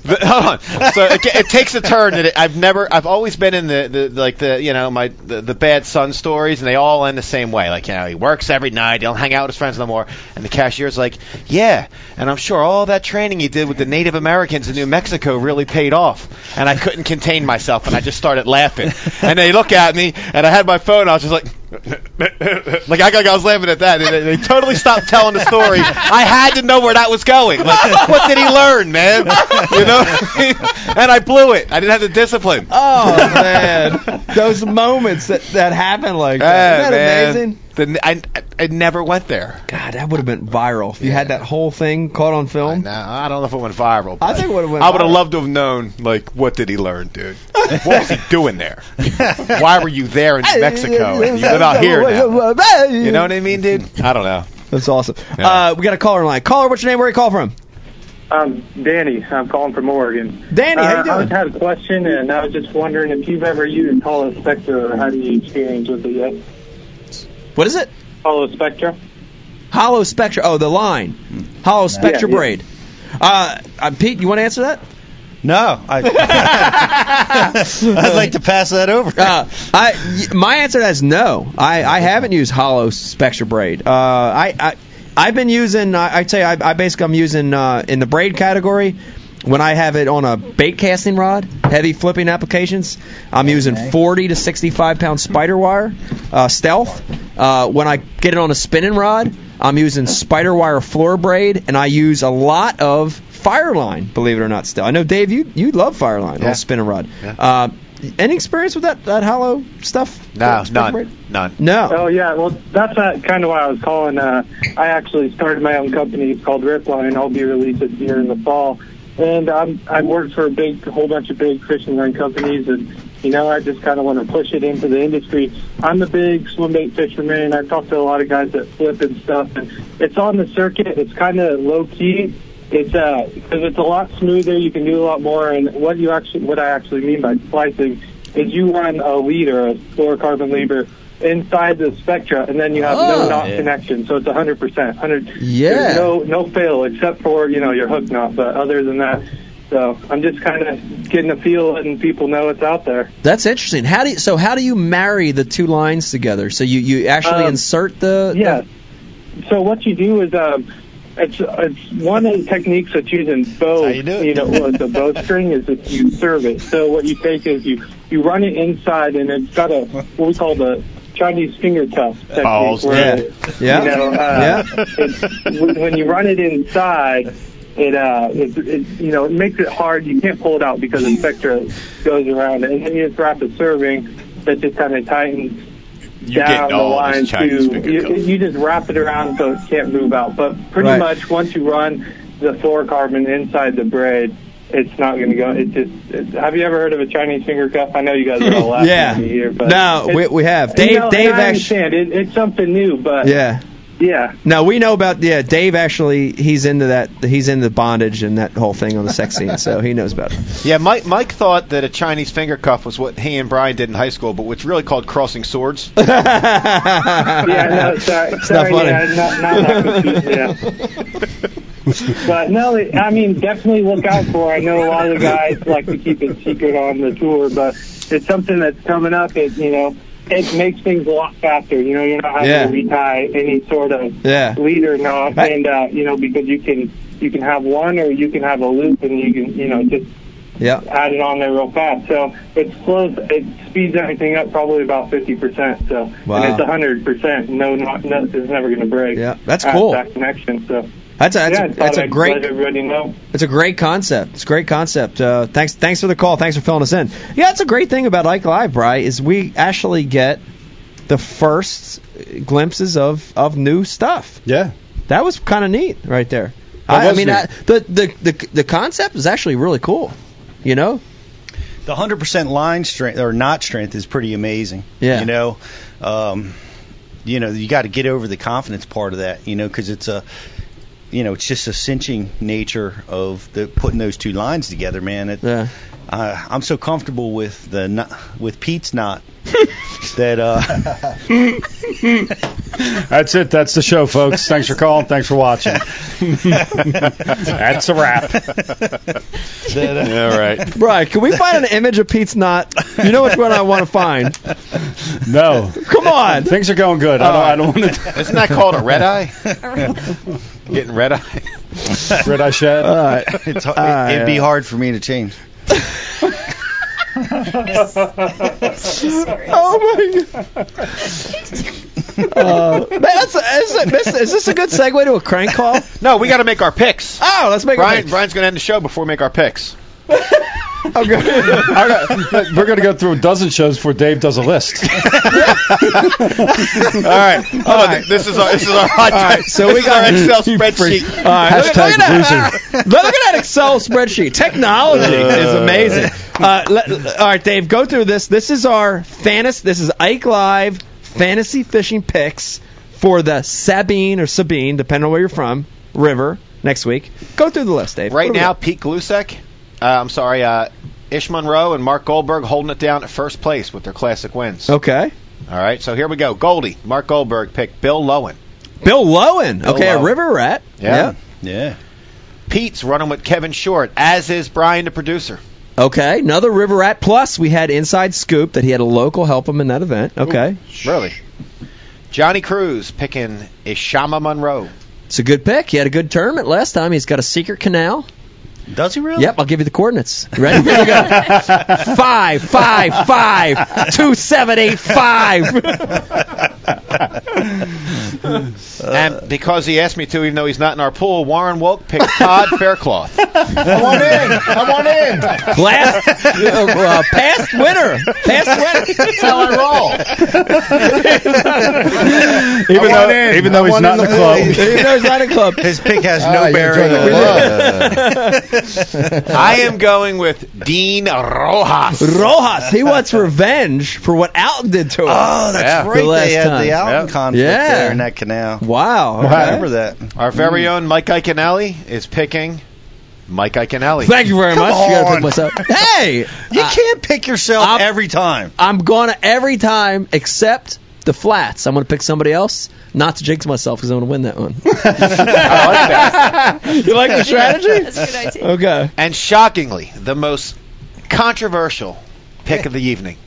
S10: but, hold on. So it, it takes a turn that it, I've never. I've always been in the, the like the you know my the, the bad son stories, and they all end the same way. Like you know, he works every night. He'll hang out with his friends no more. And the cashier's like, yeah. And I'm sure all that training you did with the Native Americans in New Mexico really paid off. And I couldn't contain myself, and I just started laughing. And they look at me, and I had my phone. I was just like. like I, I was laughing at that. and They, they totally stopped telling the story. I had to know where that was going. Like, what did he learn, man? You know, and I blew it. I didn't have the discipline.
S1: Oh man, those moments that that happen like that. Isn't that amazing?
S10: Oh, The, I, I never went there.
S1: God, that would have been viral if you had that whole thing caught on film.
S10: I, don't know if it went viral.
S1: I think it would have went.
S10: I would have
S1: viral.
S10: loved to have known, like, what did he learn, dude? What was he doing there? Why were you there in Mexico? And you live out here now. You know what I mean, dude? I don't know.
S1: That's awesome. Uh, we got a caller in line. Caller, what's your name? Where you call from?
S7: Um, Danny, I'm calling from Oregon. Uh,
S1: Danny, how you
S7: I
S1: doing?
S7: just had a question, and I was just wondering if you've ever used Hollow Spectra, or had any experience with it yet?
S1: What is it?
S7: Hollow Spectra.
S1: Hollow Spectra. Oh, the line. Hollow Spectra
S7: Yeah, yeah.
S1: braid. Uh, uh, Pete, you want to answer that?
S2: No,
S1: I'd like to
S2: pass that over.
S1: Uh, I, y- my answer to that is no. I, I haven't used hollow spectra braid. Uh, I, I I've been using. I, I'd say I, I basically I'm using uh, in the braid category. When I have it on a bait casting rod, heavy flipping applications, I'm using 40 to 65 pound spider wire, uh, stealth. Uh, when I get it on a spinning rod, I'm using spider wire floor braid, and I use a lot of fireline. Believe it or not, still I know Dave, you you love fireline
S10: Yeah.
S1: on a spinning rod.
S10: Yeah.
S1: Uh, any experience with that that hollow stuff?
S10: No,
S1: Spring break?
S10: none, none.
S1: No.
S7: Oh yeah, well that's uh, kind of why I was calling. Uh, I actually started my own company. It's called Ripline. I'll be releasing here in the fall. And I'm, I've worked for a big, a whole bunch of big fishing line companies, and you know I just kind of want to push it into the industry. I'm a big swim bait fisherman, and I've talked to a lot of guys that flip and stuff. And it's on the circuit. It's kind of low key. It's uh, because it's a lot smoother. You can do a lot more. And what you actually, what I actually mean by splicing is you run a leader, a fluorocarbon lever, inside the spectra, and then you have
S1: Oh.
S7: no knot
S1: Yeah.
S7: connection. So it's 100 percent, 100.
S1: Yeah.
S7: there's No, no fail except for you know your hook knot, but other than that, so I'm just kind of getting a feel, letting people know it's out there.
S1: That's interesting. How do you, so? How do you marry the two lines together? So you you actually
S7: Um,
S1: insert the
S7: yeah. So what you do is um, it's it's one of the techniques that's used in bow. You, know, with the bowstring is that you serve it. So what you take is you you run it inside, and it's got a what we call the Chinese finger tough technique.
S10: Oh,
S7: where
S10: yeah.
S7: it-
S10: Yeah.
S7: You know, uh, It's, when- when you run it inside. It, uh, it, it, you know, it makes it hard. You can't pull it out because the spectra goes around it. And then you just wrap the serving that just kind of tightens
S10: You
S7: down
S10: get
S7: the
S10: all this
S7: line
S10: Chinese
S7: to
S10: finger
S7: you, you just wrap it around so it can't move out. But pretty
S10: Right.
S7: much once you run the fluorocarbon inside the braid, it's not going to go. It just. It, have you ever heard of a Chinese finger cuff? I know you guys are all laughing
S1: Yeah.
S7: at me here, but
S1: No, we-
S7: it's-
S1: we have.
S7: you
S1: Dave-
S7: know, and
S1: Dave
S7: I
S1: actu-
S7: understand. It, it's something new, but
S1: yeah.
S7: yeah.
S1: Now we know about yeah. Dave actually he's into that he's into bondage and that whole thing on the sex scene, so he knows about it.
S10: Yeah, Mike Mike thought that a Chinese finger cuff was what he and Brian did in high school, but what's really called crossing swords.
S7: yeah, no, sorry,
S10: It's not
S7: sorry,
S10: funny.
S7: yeah, not, not that confused, yeah. But no, it- I mean, definitely look out for. it. I know a lot of the guys like to keep it secret on the tour, but it's something that's coming up. It you know, it makes things a lot faster. You know, you're not having
S1: Yeah.
S7: to retie any sort of
S1: Yeah.
S7: leader knot, and uh, you know, because you can you can have one or you can have a loop, and you can you know just
S1: Yeah.
S7: add it on there real fast. So it slows, it speeds everything up probably about 50%. So
S1: Wow.
S7: and it's 100%. No, not, no it's never going to break.
S1: Yeah, that's cool.
S7: That connection. So
S1: That's a- that's
S7: yeah,
S1: a-
S7: I thought
S1: that's a
S7: I'd
S1: great-
S7: Let everybody know.
S1: It's a great concept. It's a great concept. Uh, thanks, thanks for the call. Thanks for filling us in. Yeah, that's a great thing about Ike Live, Bry, is we actually get the first glimpses of of new stuff.
S4: Yeah,
S1: that was kind of neat right there.
S4: That
S1: I, I
S4: was
S1: mean,
S4: neat.
S1: I, the, the the the concept is actually really cool. You know,
S2: the hundred percent line strength or knot strength is pretty amazing.
S1: Yeah.
S2: You know, um, you know, you got to get over the confidence part of that. You know, because it's a, you know, it's just a cinching nature of the putting those two lines together, man. It,
S1: yeah.
S2: Uh, I'm so comfortable with the kno- with Pete's knot that uh,
S4: That's it. That's the show, folks. Thanks for calling. Thanks for watching. That's a wrap.
S10: All right.
S1: Bry, can we find an image of Pete's knot? You know which one I want to find.
S4: No.
S1: Come on.
S4: Things are going good. I don't, I don't want to.
S10: Oh. Isn't that called a red eye? Getting red eye.
S4: Red eye shed.
S1: All right.
S2: it's, hard- it'd be hard for me to change.
S1: oh my god. Uh, man, that's, that's, that's, is this a good segue to a crank call?
S10: No, we got to make our picks.
S1: Oh, let's make
S10: Brian. Brian's going to end the show before we make our picks.
S4: I'm going we're going to go through a dozen shows before Dave does a list.
S10: All right. Oh, th- this is our this is our hot
S1: All right, so
S10: this
S1: we
S10: is
S1: got-
S10: our Excel
S1: You freak.
S10: spreadsheet.
S1: All right, look, at- look at that. Look at that Excel spreadsheet. Technology is amazing. Uh, let- all right, Dave, go through this. This is our fantasy. This is Ike Live fantasy fishing picks for the Sabine or Sabine, depending on where you're from, River next week. Go through the list, Dave.
S10: Right
S1: What do we
S10: now,
S1: got?
S10: Pete Glusek, uh, I'm sorry, uh, Ish Monroe and Mark Goldberg holding it down at first place with their classic wins.
S1: Okay.
S10: All right, so here we go. Goldie, Mark Goldberg picked Bill Lowen.
S1: Bill Lowen.
S10: Bill
S1: okay, a
S10: Lowen.
S1: river rat.
S10: Yeah.
S2: Yeah.
S10: Pete's running with Kevin Short, as is Brian, the producer.
S1: Okay, another river rat. Plus, we had inside scoop that he had a local help him in that event. Okay,
S10: Really? Johnny Cruz picking Ishama Monroe.
S1: it's a good pick. He had a good tournament last time. He's got a secret canal.
S2: Does he really?
S1: Yep, I'll give you the coordinates. You Ready? Here we go. five, five, five, two, seven, eight, five.
S2: Uh,
S10: and because he asked me to, even though he's not in our pool, Warren Wilk picked Todd Faircloth.
S5: I want in. I want in.
S1: Last, uh, past winner. Past winner.
S5: That's how I roll.
S4: even though even though he's not in the club.
S1: Even though he's not in the club.
S2: His pick has
S4: Ah,
S2: no
S4: you're
S2: bearing.
S4: joining the
S2: on-
S10: I am going with Dean Rojas.
S1: Rojas, he wants revenge for what Alton did to him.
S2: Oh, that's
S1: Yeah.
S2: right.
S1: The last
S2: they had
S1: time.
S2: the Allen conflict
S1: Yeah.
S2: there in that canal.
S1: Wow.
S2: I
S1: okay.
S2: remember that. Mm.
S10: Our very own Mike Iaconelli is picking Mike Iaconelli.
S1: Thank you very much. You gotta pick what's up. Hey,
S2: You can't pick yourself
S1: I'm-
S2: every time.
S1: I'm gonna every time except the flats. I'm gonna pick somebody else, not to jinx myself because I'm gonna win that one. you like the strategy?
S8: That's a good idea.
S1: Okay.
S10: And shockingly, the most controversial pick of the evening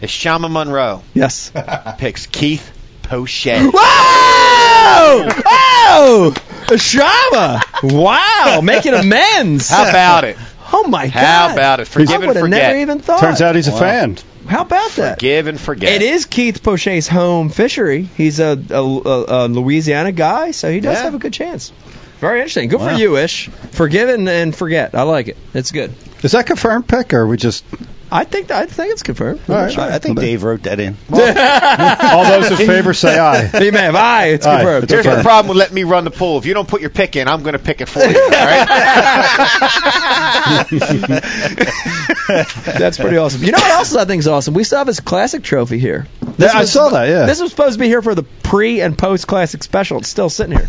S10: is Shama Monroe
S1: Yes.
S10: picks Keith Pochet.
S1: Whoa! Oh, Shama! Wow, making amends.
S10: How about it?
S1: Oh my
S10: How
S1: God!
S10: about it? Forgive and
S1: I would have
S10: forget.
S1: never even thought.
S4: Turns out he's a
S10: Wow.
S4: fan.
S1: How about that?
S10: Give and forget.
S1: It is Keith Pochet's home fishery. He's a, a, a, a Louisiana guy, so he does
S10: Yeah.
S1: have a good chance. Very interesting. Good
S2: Wow.
S1: for you, Ish. Forgive and, and forget. I like it. It's good.
S4: Is that confirmed pick or we just
S1: I think I think it's confirmed.
S4: All right.
S2: I think Dave wrote that in.
S4: all those in favor say aye?
S1: He may have. I. It's
S4: Aye,
S1: confirmed.
S4: it's
S10: Here's the
S4: confirmed.
S10: problem with letting me run the pool. If you don't put your pick in, I'm going to pick it for you. All right?
S1: That's pretty awesome. You know what else I think is awesome? We still have his classic trophy here.
S4: Yeah, I saw that, yeah.
S1: This was supposed to be here for the pre and post classic special. It's still sitting here.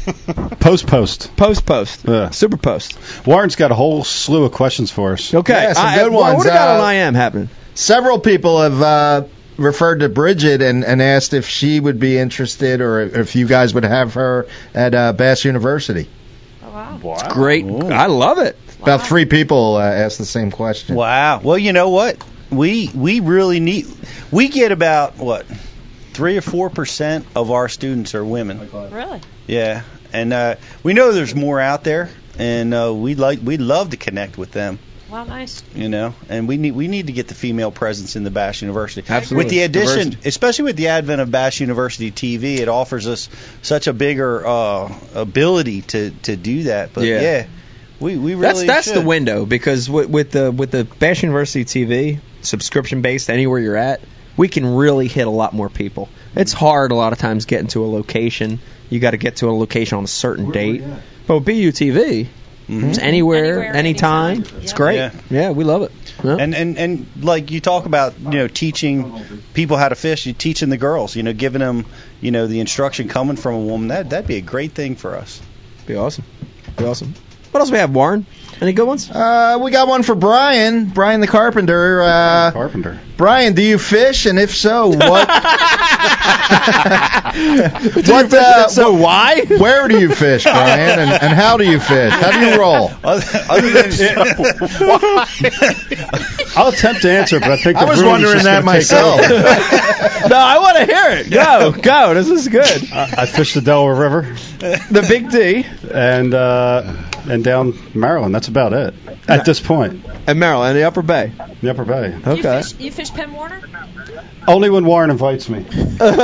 S4: Post post.
S1: Post post.
S4: Yeah.
S1: Super post.
S4: Warren's got a whole slew of questions for us.
S1: Okay.
S5: Yeah, some
S1: I-
S5: good
S1: what- What
S5: ones,
S1: do we got
S5: uh,
S1: on IM happening?
S5: Several people have uh, referred to Bridget and, and asked if she would be interested or if you guys would have her at uh, Bass University.
S8: Oh, wow.
S1: Great. I love it.
S5: About three people uh, asked the same question.
S2: Wow. Well, you know what? We we really need. We get about what three or four percent of our students are women.
S8: Really?
S2: Yeah, and uh, we know there's more out there, and uh, we like we love to connect with them.
S8: Wow, nice.
S2: You know, and we need we need to get the female presence in the Bash University.
S1: Absolutely.
S2: With the addition,
S1: Diversity.
S2: especially with the advent of Bash University TV, it offers us such a bigger uh, ability to to do that. But
S1: Yeah.
S2: yeah, we we really
S1: That's that's the
S2: should.
S1: window because with, with the with the Bash University TV subscription based anywhere you're at, we can really hit a lot more people. It's hard a lot of times getting to a location. You got to get to a location on a certain date. But with BUTV, it's anywhere,
S8: Anywhere,
S1: anytime.
S8: anytime.
S1: It's
S8: Yeah.
S1: great. Yeah.
S2: Yeah.
S1: we love it. Yeah.
S2: And and and like you talk about, you know, teaching people how to fish, you teaching the girls, you know, giving them, you know, the instruction coming from a woman. That that'd be a great thing for us.
S1: Be awesome. Be awesome. What else we have, Warren? Any good ones?
S5: Uh, we got one for Brian, Brian the Carpenter. Uh,
S4: Carpenter.
S5: Brian, do you fish? And if so, what? what? Uh,
S1: so why?
S5: where do you fish, Brian? And, and how do you fish? How do you roll?
S2: Other other than
S4: I'll attempt to answer, but I think
S5: I
S4: the
S5: was
S4: room is
S5: wondering
S4: just
S5: that
S4: gonna take over.
S5: myself.
S1: no, I want to hear it. Go, go. This is good.
S4: I, I fished the Delaware River,
S1: The Big D.
S4: and uh, and down Maryland. That's about it at this point.
S1: And Maryland, the Upper Bay.
S4: The Upper Bay.
S8: You fish, you fish Penn Warner?
S4: Only when Warren invites me. but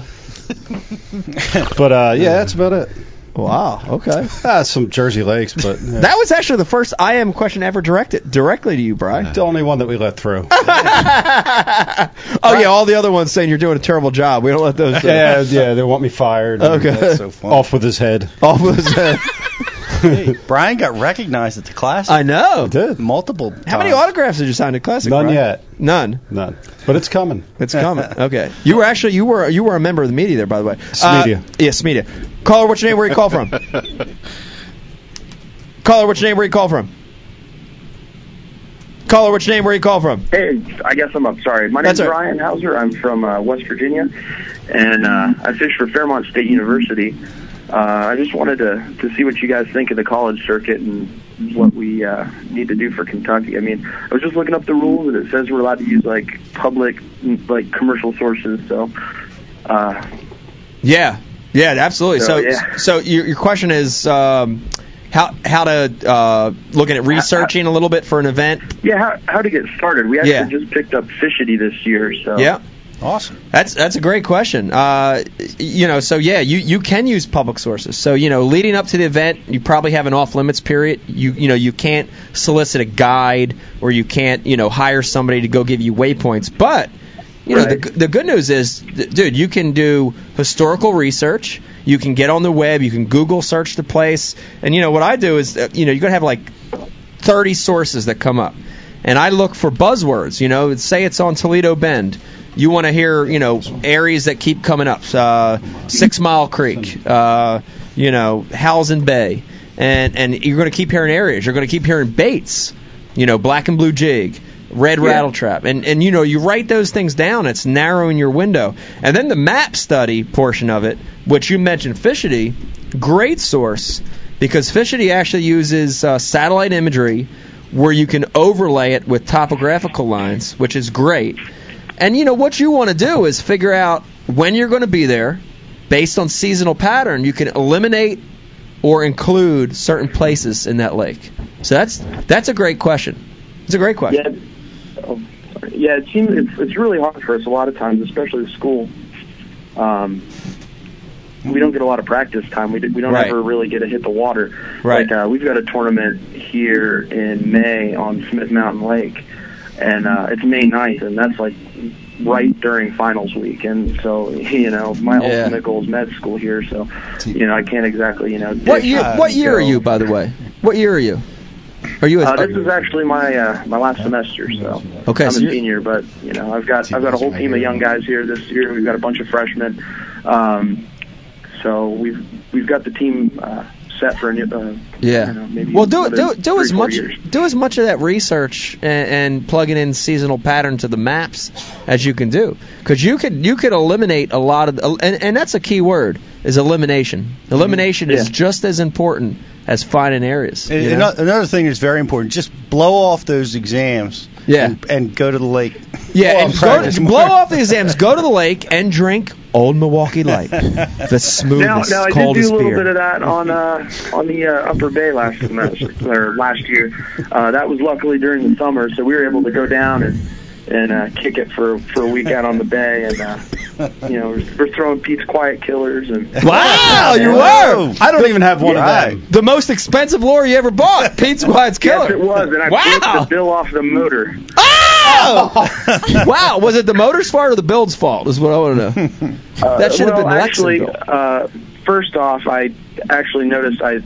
S4: uh, yeah, that's about it.
S1: Wow. Okay.
S4: Ah, some Jersey Lakes, but yeah.
S1: That was actually the first I am question ever directed directly to you, Brian.
S4: the only one that we let through.
S1: Oh yeah, all the other ones saying you're doing a terrible job. We don't let those. uh,
S4: yeah, yeah, they want me fired. and
S1: Okay. Oh,
S4: that's so funny. Off with his head.
S1: Off with his head.
S2: Brian got recognized at the classic.
S1: I know.
S4: Did
S2: multiple.
S1: How many
S2: times.
S1: autographs did you sign at Classic?
S4: None
S1: Brian?
S4: yet.
S1: Uh, None.
S4: None. But it's coming.
S1: It's coming. Okay. You were actually you were you were a member of the media there, by the way. Uh,
S4: Smedia.
S1: yes, media. Caller, what's your name? Where you call from? Caller, what's your name? Where you call from? Caller, what's your name? Where you call from?
S17: Hey, I guess I'm up. Sorry. My name's
S1: That's all right.
S17: Ryan Hauser. I'm from uh, West Virginia, and uh, I fish for Fairmont State University. Uh, I just wanted to, to see what you guys think of the college circuit and what we uh, need to do for Kentucky. I mean, I was just looking up the rules, and it says we're allowed to use like public, like commercial sources. So, uh,
S1: Yeah. Yeah, absolutely. So
S17: So,
S1: so,
S17: yeah.
S1: your, your question is um, how how to uh, looking at researching a little bit for an event.
S17: yeah, how how to get started? We actually
S1: Yeah.
S17: just picked up Fishity this year. So,
S1: Yeah.
S2: Awesome.
S1: That's that's a great question. Uh, you know, so yeah, you, you can use public sources. So you know, leading up to the event, you probably have an off limits period. You you know you can't solicit a guide or you can't you know hire somebody to go give you waypoints. But you know, the, g- the good news is, th- dude, you can do historical research. You can get on the web. You can Google search the place. And you know what I do is, uh, you know, you're gonna have like 30 sources that come up. And I look for buzzwords, you know, say it's on Toledo Bend. You want to hear, you know, areas that keep coming up. Uh, Six Mile Creek, uh, you know, Howson Bay. And, and you're going to keep hearing areas. You're going to keep hearing baits, you know, black and blue jig, red rattle trap. And, and, you know, you write those things down. It's narrowing your window. And then the map study portion of it, which you mentioned, Fishity, great source because Fishity actually uses uh, satellite imagery where you can overlay it with topographical lines, which is great. And you know what you want to do is figure out when you're going to be there, based on seasonal pattern. You can eliminate or include certain places in that lake. So that's that's a great question. It's a great question.
S17: Yeah, it seems it's, it's really hard for us a lot of times, especially at school. Um, we don't get a lot of practice time. We, do, we don't
S1: Right.
S17: ever really get to hit the water.
S1: Right.
S17: Like, uh, we've got a tournament here in May on Smith Mountain Lake, and uh, it's May ninth, and that's like right during finals week. And so, you know, my
S1: Yeah.
S17: ultimate goal is med school here, so, you know, I can't exactly, you know.
S1: What
S17: dish
S1: year?
S17: out
S1: What year are
S17: go.
S1: you, by the way? What year are you? Are you? A,
S17: Uh, this is actually my uh, my last semester, so
S1: Okay,
S17: I'm
S1: so
S17: a
S1: you're-
S17: senior. But you know, I've got I've got a whole team of young guys here this year. We've got a bunch of freshmen, um, so we've we've got the team uh, set for a new. Uh,
S1: Yeah.
S17: you know, maybe
S1: well, do
S17: another
S1: do do
S17: three,
S1: as
S17: four
S1: much
S17: years.
S1: do as much of that research and, and plugging in seasonal pattern to the maps as you can do, because you could you could eliminate a lot of the- and and that's a key word is elimination.
S17: Mm-hmm.
S1: Elimination is just as important as finding areas.
S2: And-
S1: you
S2: and
S1: know?
S2: ano- Another thing that's very important: just blow off those exams.
S1: Yeah.
S2: And, and go to the lake.
S1: Yeah,
S2: Blow
S1: and
S2: off
S1: go,
S2: practice
S1: blow
S2: more.
S1: off the exams. Go to the lake and drink Old Milwaukee Light, the
S17: Now,
S1: smoothest,
S17: now I did do
S1: coldest
S17: a little
S1: beer.
S17: bit of that on uh, on the uh, Upper Bay last semester or last year. Uh, that was luckily during the summer, so we were able to go down and and uh, kick it for for a week out on the bay, and uh, you know we're, we're throwing Pete's Quiet Killers and
S1: Wow, you
S17: Whoa.
S1: were!
S4: I don't even have one of
S1: Yeah.
S4: them.
S1: The most expensive lure you ever bought, Pete's Wise Killer.
S17: Yes, it was, and I
S1: wow.
S17: paid the bill off the motor.
S1: Oh! wow, was it the motor's fault or the build's fault? Is what I want to know.
S17: Uh,
S1: That should have
S17: well,
S1: been
S17: actually.
S1: Lexington.
S17: Uh, first off, I actually noticed I,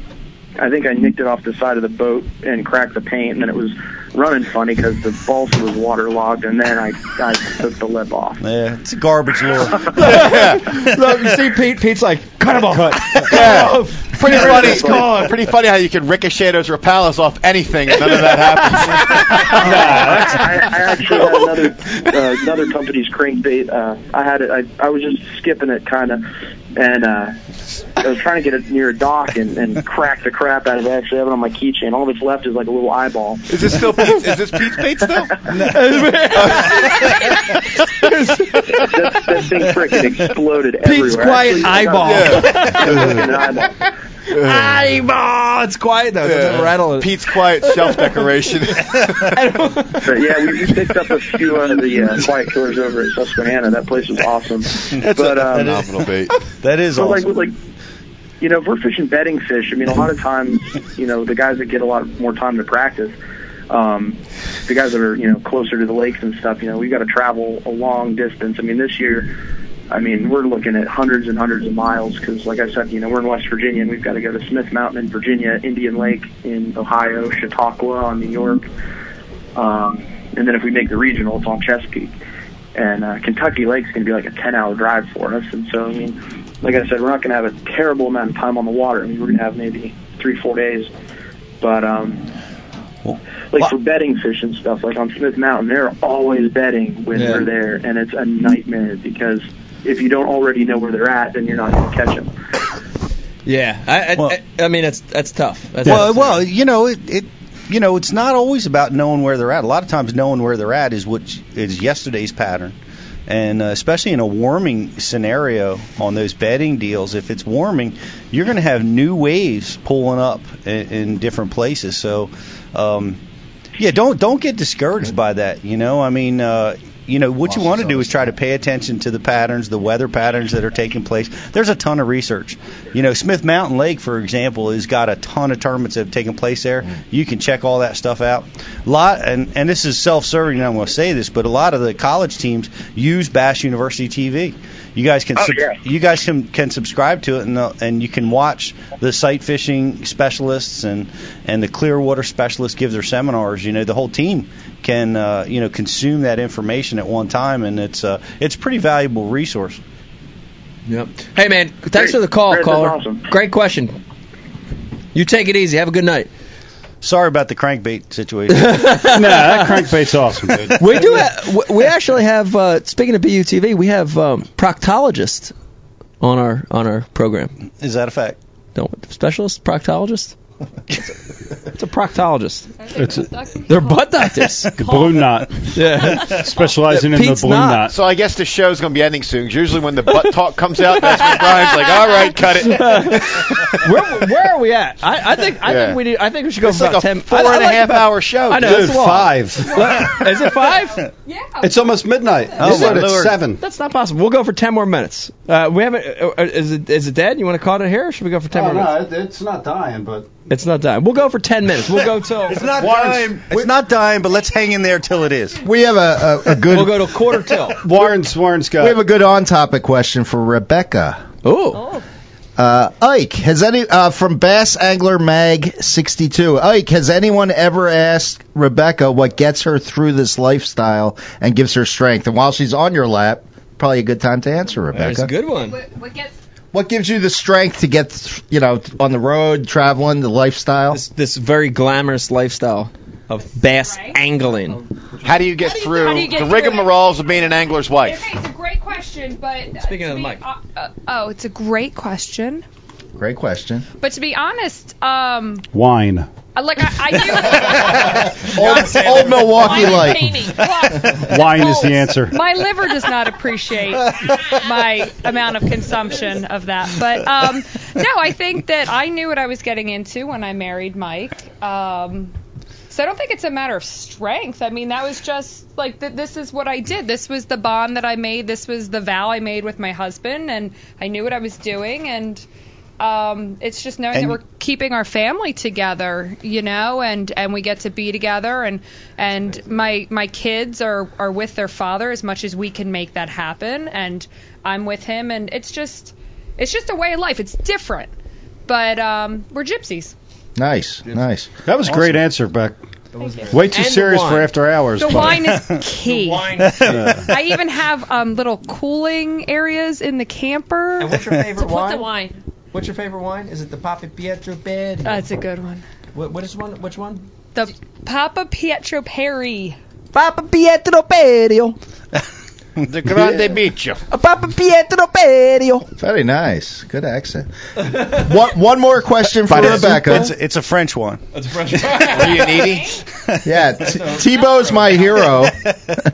S17: I think I nicked it off the side of the boat and cracked the paint, and then it was running funny because the balsa was waterlogged, and then I, I took the lip off.
S2: Yeah, it's a garbage lure.
S1: Look, you see Pete. Pete's like, cut him off.
S10: Yeah. Pretty
S2: Yeah,
S10: funny.
S2: it's gone.
S10: Pretty funny how you can ricochet those Rapalas off anything. and None of that happens.
S17: I, I actually had another uh, another company's crankbait. Uh, I had it. I, I was just skipping it kind of, and uh, I was trying to get it near a dock and, and crack the crap out of it. I actually have it on my keychain. All that's left is like a little eyeball.
S10: Is this still Pete's, is this Pete's bait still?
S17: that, that thing frickin' exploded
S1: Pete's
S17: everywhere. Actually,
S1: quiet
S17: I got-
S1: eyeball.
S17: Yeah. It was like an eyeball.
S1: Ah, it's quiet though. It doesn't
S10: Yeah.
S1: rattle it.
S10: Pete's quiet shelf decoration.
S17: But yeah, we, we picked up a few of the uh, quiet killers over at Susquehanna. That place was awesome. but um,
S2: phenomenal bait. That is
S17: so
S2: awesome.
S17: like like you know, if we're fishing bedding fish, I mean a lot of times, you know, the guys that get a lot more time to practice, um, the guys that are, you know, closer to the lakes and stuff, you know, we gotta travel a long distance. I mean this year I mean, we're looking at hundreds and hundreds of miles because, like I said, you know, we're in West Virginia and we've got to go to Smith Mountain in Virginia, Indian Lake in Ohio, Chautauqua on New York, um, and then if we make the regional, it's on Chesapeake. And uh, Kentucky Lake's going to be like a 10-hour drive for us. And so, I mean, like I said, we're not going to have a terrible amount of time on the water. I mean, we're going to have maybe three, four days. But um, like for bedding fish and stuff, like on Smith Mountain, they're always bedding when
S1: Yeah.
S17: they're there, and it's a nightmare because if you don't already know where they're at, then you're not going to catch them.
S1: Yeah, I, I, I, I mean that's that's tough. That's
S2: well, well, you know, it, it, you know, it's not always about knowing where they're at. A lot of times, knowing where they're at is what is yesterday's pattern, and uh, especially in a warming scenario on those bedding deals. If it's warming, you're going to have new waves pulling up in, in different places. So, um, yeah, don't don't get discouraged by that. You know, I mean. Uh, you know what you want to do is try to pay attention to the patterns, the weather patterns that are taking place. There's a ton of research. You know, Smith Mountain Lake, for example, has got a ton of tournaments that have taken place there. You can check all that stuff out. A lot, and and this is self-serving. And I'm going to say this, but a lot of the college teams use Bash University TV. You guys can sub- you guys can, can subscribe to it, and uh, and you can watch the sight fishing specialists and and the Clearwater specialists give their seminars. You know, the whole team can uh, you know consume that information at one time, and it's uh, it's a pretty valuable resource.
S1: Yep. Hey man, thanks for the call,
S2: Great, that's
S1: caller.
S2: awesome.
S1: Great question. You take it easy. Have a good night.
S2: Sorry about the crankbait situation. nah,
S4: that crankbait's awesome, dude.
S1: we do. Ha- we- we actually have. Uh, speaking of BUTV, we have um, proctologist on our on our program.
S2: Is that a fact?
S1: Don't specialist proctologist. it's a proctologist.
S4: It's
S1: They're butt doctors.
S4: the balloon knot.
S1: Yeah.
S4: Specializing in the balloon knot.
S10: So I guess the show's going to be ending soon. 'cause Usually when the butt talk comes out, that's when Brian's like, all right, cut it.
S1: where, where are we at? I, I think I
S10: Yeah.
S1: think we need, I think we should go
S10: It's
S1: for
S10: like
S1: about
S10: a
S1: ten.
S10: four
S1: I- I
S10: and a
S1: like
S10: half
S1: about-
S10: hour show,
S1: I know
S10: dude.
S1: it's long.
S4: Five.
S1: Is it five? Yeah.
S4: It's almost midnight.
S1: Oh,
S4: Is
S1: my
S4: it? It's
S1: Lord.
S4: seven.
S1: That's not possible. We'll go for ten more minutes. Uh, we haven't. Uh, uh, is it is it dead? You want to call it here? Or should we go for
S4: Oh,
S1: ten more minutes?
S4: it's not dying, but
S1: It's not done. We'll go for ten minutes. We'll go till
S2: It's not
S1: Warren's-
S2: dying. It's not dying, but let's hang in there till it is.
S5: We have a, a, a good.
S1: We'll go to quarter till.
S4: Warren's Warren's got.
S5: We have a good on-topic question for Rebecca.
S1: Oh.
S5: Uh, Ike, has any uh, from Bass Angler Mag 62? Ike, has anyone ever asked Rebecca what gets her through this lifestyle and gives her strength? And while she's on your lap, probably a good time to answer, Rebecca.
S1: That's a good one.
S11: What gets
S5: What gives you the strength to get, th- you know, on the road, traveling, the lifestyle? This,
S1: this very glamorous lifestyle of bass angling.
S10: How do you get through
S11: how do you get
S10: the
S11: through it?
S10: rigmaroles of being an angler's wife?
S11: It's a great question, but
S1: Speaking
S11: to
S1: of
S11: be-
S1: the mic.
S11: uh, uh, oh, it's a great question,
S5: Great question.
S11: but to be honest, um,
S4: Wine.
S11: uh, like I, I do.
S5: Old, old Milwaukee
S11: Wine
S5: light.
S11: painting. Look,
S4: Wine is the answer.
S11: My liver does not appreciate my amount of consumption of that. But um, no, I think that I knew what I was getting into when I married Mike. Um, so I don't think it's a matter of strength. I mean, that was just like th- this is what I did. This was the bond that I made. This was the vow I made with my husband, and I knew what I was doing. And um, it's just knowing
S2: And-
S11: that we're keeping our family together, you know, and and we get to be together, and and my my kids are are with their father as much as we can make that happen, and I'm with him, and it's just it's just a way of life. It's different, but um, we're gypsies.
S5: Nice, nice.
S4: That was a great answer, Beck. Way too
S11: And the
S4: serious for
S11: wine.
S4: after hours.
S11: The
S4: but-
S11: wine is key.
S4: Yeah.
S11: I even have um, little cooling areas in the camper.
S1: And what's your favorite wine?
S11: wine.
S1: What's your favorite wine? Is it the Papa Pietro Bed?
S11: That's Uh, a good one.
S1: What, what is one? Which one?
S11: The Papa Pietro Perry.
S1: Papa Pietro Perio.
S10: the Grande Bicho.
S1: Papa Pietro Perio.
S5: Very nice. Good accent. one, one more question for
S2: But it's-
S5: Rebecca.
S2: It's, it's a French one.
S1: That's a fresh
S5: Yeah, T- Tebow's my hero. All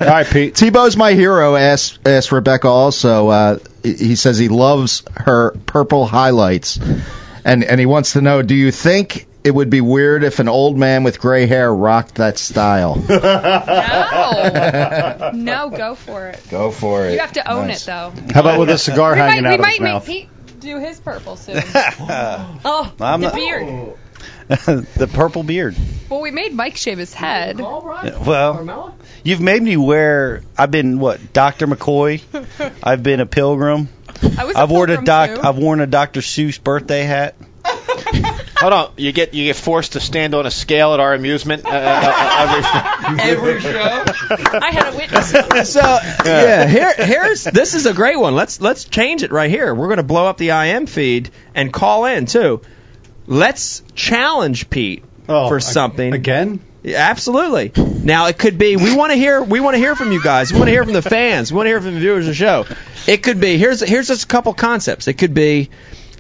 S4: right, Pete.
S5: Tebow's my hero. Asked asked Rebecca also. Uh, he he says he loves her purple highlights, and and he wants to know: Do you think it would be weird if an old man with gray hair rocked that style?
S11: No. no, go for it.
S5: Go for it.
S11: You have to own
S5: Nice.
S11: it though.
S5: How about with a cigar
S11: we
S5: hanging
S11: might,
S5: out of
S11: we
S5: his
S11: might
S5: mouth?
S11: make Pete do his purple soon. oh,
S2: I'm
S11: the
S2: not-
S11: beard.
S2: the purple beard.
S11: Well, we made Mike shave his head.
S2: Well, you've made me wear. I've been what? Doctor McCoy. I've been a pilgrim.
S11: I was a
S2: I've worn a
S11: pilgrim,
S2: doc.
S11: too.
S2: I've worn a Dr. Seuss birthday hat.
S10: Hold on, you get you get forced to stand on a scale at our amusement uh, uh, uh, every show.
S11: I had a witness.
S1: so yeah, here here's this is a great one. Let's let's change it right here. We're gonna blow up the IM feed and call in too. Let's challenge Pete for something
S4: again.
S1: Absolutely. Now it could be we want to hear we want to hear from you guys. We want to hear from the fans. We want to hear from the viewers of the show. It could be here's here's just a couple concepts. It could be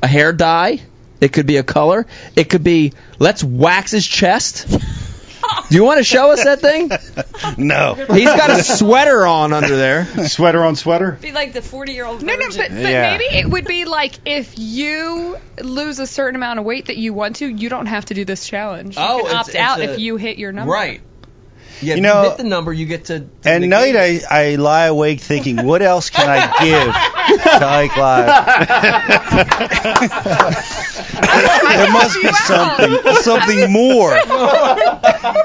S1: a hair dye. It could be a color. It could be let's wax his chest. Do you want to show us that thing?
S2: No.
S1: He's got a sweater on under there.
S4: Sweater on sweater.
S8: Be like the 40 year old.
S11: No, no, but, but
S4: Yeah.
S11: maybe it would be like if you lose a certain amount of weight that you want to, you don't have to do this challenge. You
S1: Oh,
S11: can
S1: it's-
S11: opt
S1: it's
S11: out
S1: a-
S11: if you hit your number.
S1: Right. Yeah,
S2: You know-
S1: if you hit the number, you get to.
S2: At night, I, I lie awake thinking, what else can I give to Ike Live? there must be something, something more.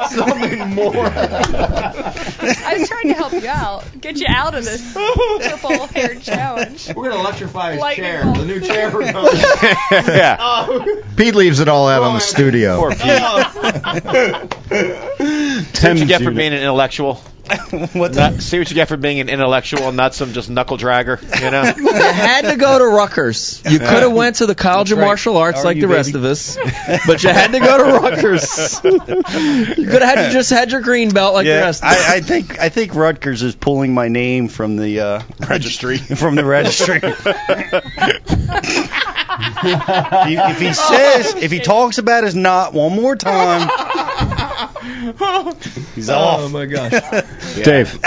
S11: Something more. I was trying to help you out, get you out of this triple hair challenge.
S1: We're gonna electrify
S11: his Lightning chair,
S1: the new chair.
S5: yeah. Pete leaves it all out on the studio.
S10: See what you
S5: Thames
S10: get for
S5: unit.
S10: being an intellectual.
S2: What's
S10: that? See what you get for being an intellectual, not some just knuckle dragger. You know.
S1: you had to go to Rutgers. You could have went to the College of Martial Arts
S10: How are
S1: like
S10: you,
S1: the
S10: baby?
S1: rest of us, but you had to go to Rutgers. you could have had you just had your green belt like the
S2: yeah,
S1: rest of us.
S2: I, I think I think Rutgers is pulling my name from the uh, registry. From the registry. if, if he says, if he talks about his knot one more time, he's
S1: Oh,
S2: off.
S1: my gosh.
S4: Dave.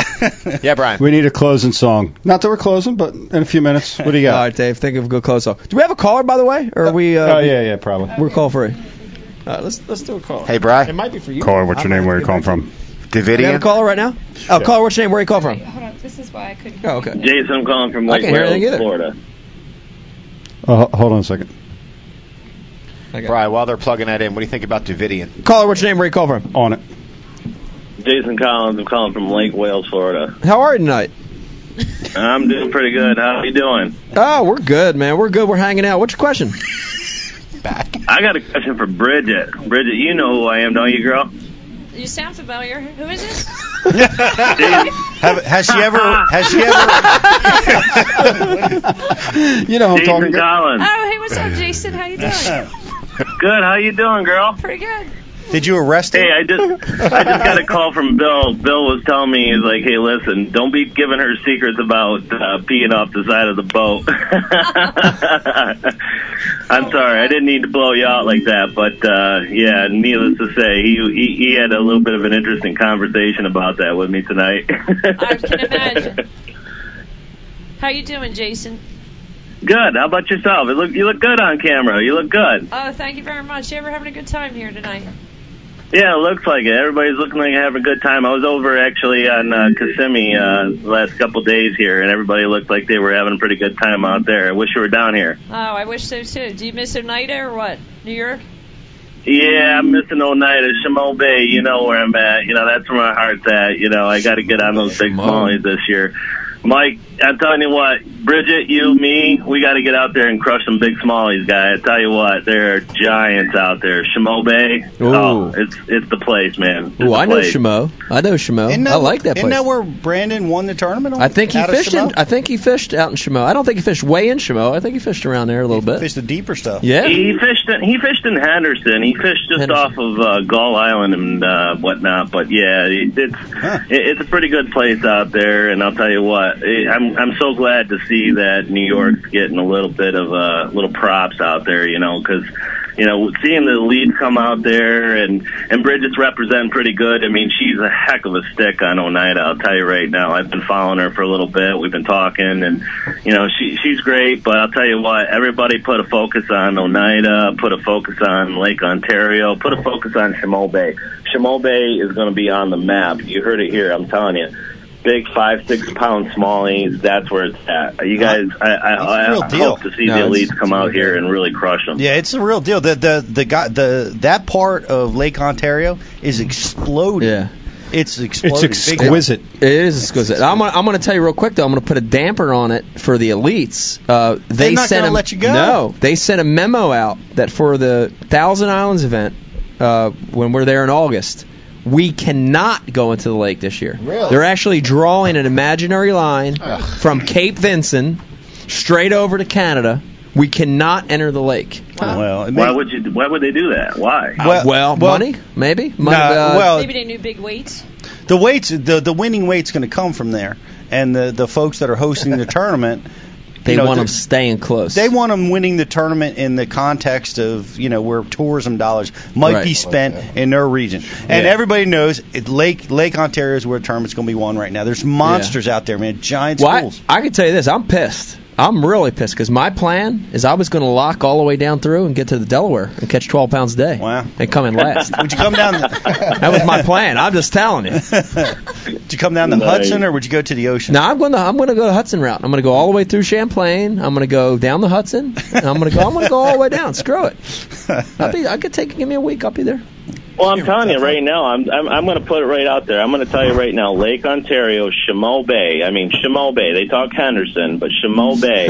S10: yeah, Brian.
S4: We need a closing song. Not that we're closing, but in a few minutes. What do you got? All
S1: right, Dave. Think of a good close off. Do we have a caller, by the way? Or are we? Uh,
S4: oh yeah, yeah, probably.
S1: We're call free. All right, let's let's do a call.
S10: Hey, Bri.
S1: It might be for you.
S4: Caller, what's your name? Where you calling from?
S1: Do you have a
S10: Davidian.
S1: caller right now? Oh, caller, what's your name? Where you call from?
S11: Hold on, this is why I couldn't.
S1: Oh, okay.
S18: Jason, I'm calling from
S1: I
S18: Lake
S1: can't hear anything
S18: Wales,
S1: either.
S18: Florida.
S4: Oh, hold on a second.
S10: Brian, while they're plugging that in, what do you think about Davidian?
S1: Caller, what's your name? Where you call from?
S4: On it.
S18: Jason Collins, I'm calling from Lake Wales, Florida.
S1: How are you tonight?
S18: I'm doing pretty good. How are you doing?
S1: Oh, we're good, man. We're good. We're hanging out. What's your question?
S18: I got a question for Bridget. Bridget, you know who I am, don't you, girl?
S8: You sound familiar. Who is this?
S2: Have, has she ever? Has she ever?
S4: you know,
S18: Jason Collins.
S8: Oh, hey, what's up, Jason? How you doing?
S18: Good. How you doing, girl?
S8: Pretty good.
S2: Did you arrest him?
S18: Hey, I just I just got a call from Bill. Bill was telling me he's like, "Hey, listen, don't be giving her secrets about uh, peeing off the side of the boat." I'm sorry, I didn't need to blow you out like that, but uh, yeah, needless to say, he, he he had a little bit of an interesting conversation about that with me tonight.
S8: I can imagine. How you doing, Jason?
S18: good. How about yourself? It look you look good on camera. You look good.
S8: Oh, thank you very much. You ever having a good time here tonight?
S18: Yeah, it looks like it. Everybody's looking like having a good time. I was over actually on uh, Kissimmee uh, the last couple days here, and everybody looked like they were having a pretty good time out there. I wish you were down here.
S8: Oh, I wish so too. Do you miss Oneida or what? New York?
S18: Yeah, I'm missing Oneida, Chamot Bay. You know where I'm at. You know that's where my heart's at. You know I got to get on those big mollies this year. Mike, I'm telling you what, Bridget, you, me, we got to get out there and crush some big smallies, guy. I tell you what, there are giants out there. Chamot Bay, oh, it's it's the place, man. It's
S1: Ooh,
S18: the
S1: I know
S18: place.
S1: Shamo. I know Shamo. I like that
S2: Isn't
S1: place.
S2: that where Brandon won the tournament? on?
S1: I think he
S2: Out of
S1: fished. In,
S2: Shamo?
S1: I think he fished out in Shamo. I don't think he fished way in Shamo. I think he fished around there a little bit.
S2: Fished the deeper stuff.
S1: Yeah.
S18: He fished. In, he fished in Henderson. He fished just off of uh, Gull Island and uh, whatnot. But yeah, it, it's it, it's a pretty good place out there. And I'll tell you what, eh, I'm I'm so glad to see that New York's getting a little bit of uh, little props out there. You know, because you know, seeing the lead come out there and and Bridget's representing pretty good. I mean, she's a heck of a stick on Oneida. I'll tell you right now. I've been following her for a little bit. We've been talking, and you know, she she's great. But I'll tell you what, everybody put a focus on Oneida, put a focus on Lake Ontario, put a focus on Chamo Bay. Chamo Bay is going to be on the map. You heard it here. I'm telling you. Big five, six pound smallies. That's where it's at. You guys, I, I, I,
S2: real deal.
S18: hope to see
S2: No,
S18: the
S2: it's-
S18: elites come out here and really crush them.
S2: Yeah, it's a real deal. The the the guy the that part of Lake Ontario is exploding. Yeah. It's exploding. big time.
S1: It is exquisite. I'm gonna, I'm gonna tell you real quick though. I'm gonna put a damper on it for the elites. Uh,
S2: They're
S1: they
S2: not
S1: sent
S2: gonna
S1: a,
S2: let you go.
S1: No, they sent a memo out that for the Thousand Islands event, uh, when we're there in August, we cannot go into the lake this year. Really? They're actually drawing an imaginary line from Cape Vinson straight over to Canada. We cannot enter the lake.
S2: Well,
S18: Why would you? Why would they do that? Why?
S1: well, money maybe. Money,
S2: Nah,
S1: uh,
S2: well,
S8: Maybe they knew big weights.
S2: the weights the the winning weight's going to come from there, and the the folks that are hosting the tournament.
S1: They
S2: you know,
S1: want 'em
S2: they're-
S1: staying close.
S2: They want them winning the tournament in the context of you know where tourism dollars might
S1: Right.
S2: be spent in their region, and
S1: Yeah.
S2: everybody knows it, Lake Lake Ontario is where the tournament's going to be won right now. There's monsters out there, man, giant
S1: Well, I-
S2: schools.
S1: I, can tell you this. I'm pissed. I'm really pissed because my plan is I was going to lock all the way down through and get to the Delaware and catch 12 pounds a day. Wow. And come in last.
S2: Would you come down?
S1: that was my plan. I'm just telling you.
S2: Did you come down the Hudson, or would you go to the ocean?
S1: No, I'm going to I'm going to go the Hudson route. I'm going to go all the way through Champlain. I'm going to go down the Hudson. And I'm going to go. I'm going to go all the way down. Screw it. I'll be. I could take. Give me a week. I'll be there.
S18: Well, I'm telling you right now, I'm I'm, I'm going to put it right out there. I'm going to tell you right now, Lake Ontario, Chamo Bay. I mean, Chamo Bay. They talk Henderson, but Chamo Bay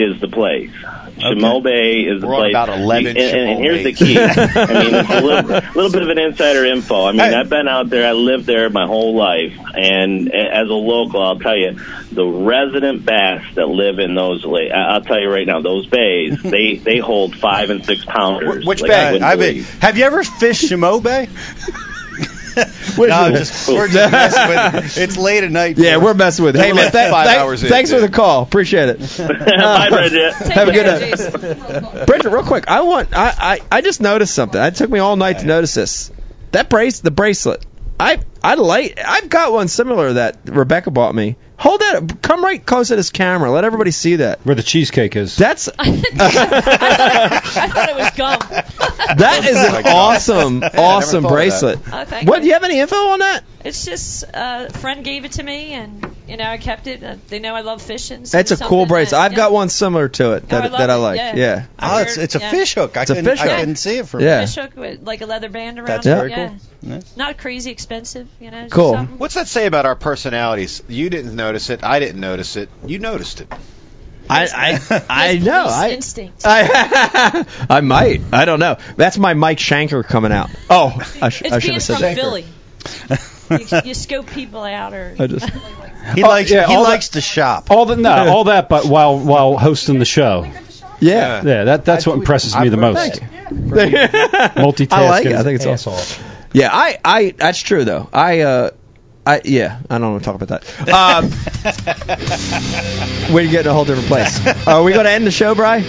S18: is the place. Chamo Bay is the
S10: We're on
S18: place.
S10: about 11
S18: and, and, and
S10: Chamo
S18: here's the
S10: Bays.
S18: key. I mean, it's a little, little bit of an insider info. I mean, I've been out there. I lived there my whole life, and a- as a local, I'll tell you, the resident bass that live in those lake, I- I'll tell you right now, those bays, they they hold five and six pounders.
S2: Which
S18: Like, I
S2: bay?
S18: wouldn't
S2: I
S18: believe.
S2: bet. Have you ever fished Shamo Bay?
S1: Which
S2: no, I'm
S1: one?
S2: just, we're just messing with it. It's late at night.
S1: Yeah, we're messing with it. Hey man, thank- thank- thanks for the call. Appreciate it. Uh,
S2: Bye, Bridget.
S1: Have a good
S2: Take care,
S1: night. Bridget, real quick, I want I, I I just noticed something. It took me all night to notice this. That brace, the bracelet. I I like. I've got one similar that Rebecca bought me. Hold that. up. Come right close to this camera. Let everybody see that.
S4: Where the cheesecake is.
S1: That's
S8: I thought it was gum.
S1: that is an awesome awesome bracelet.
S8: Oh, thank
S1: What do you have any info on that?
S8: It's just uh, a friend gave it to me, and you know I kept it. Uh, they know I love fishing. So
S1: That's a
S8: it's
S1: cool
S8: something
S1: bracelet.
S8: that-
S1: I've got one similar to it
S8: Oh, I
S1: that
S8: love
S1: that I
S8: it.
S1: like.
S8: Yeah.
S1: Yeah.
S8: I Oh, it's- heard- it's a yeah. fish hook. I
S1: it's a
S8: couldn't- I
S1: fish hook.
S8: couldn't see
S2: it
S1: from yeah.
S8: Fish hook with like a leather band around
S10: That's
S8: it.
S10: very
S8: yeah.
S10: cool.
S8: Not crazy expensive, you know. just something.
S10: What's that say about our personalities? You didn't notice it. I didn't notice it. You noticed it.
S1: I I I know.
S8: Police
S1: I
S8: instinct.
S1: I, I might. I don't know. That's my Mike Shanker coming out. Oh, I, sh-
S8: It's
S1: I should
S8: being
S1: have said
S8: from
S1: that.
S8: Philly. you, you scope people out, or
S1: I just.
S2: He
S4: Oh,
S2: likes
S4: yeah,
S2: he
S4: all
S2: likes to shop.
S4: All the no, all that, but while while hosting the show.
S1: Yeah,
S4: yeah. That that's what impresses me the most. Multitasking.
S1: I like it. I think it's
S4: Asshole.
S1: awesome. Yeah, I, I that's true though. I uh, I yeah, I don't want to talk about that. Um, we're getting a whole different place. Are we going to end the show, Bry?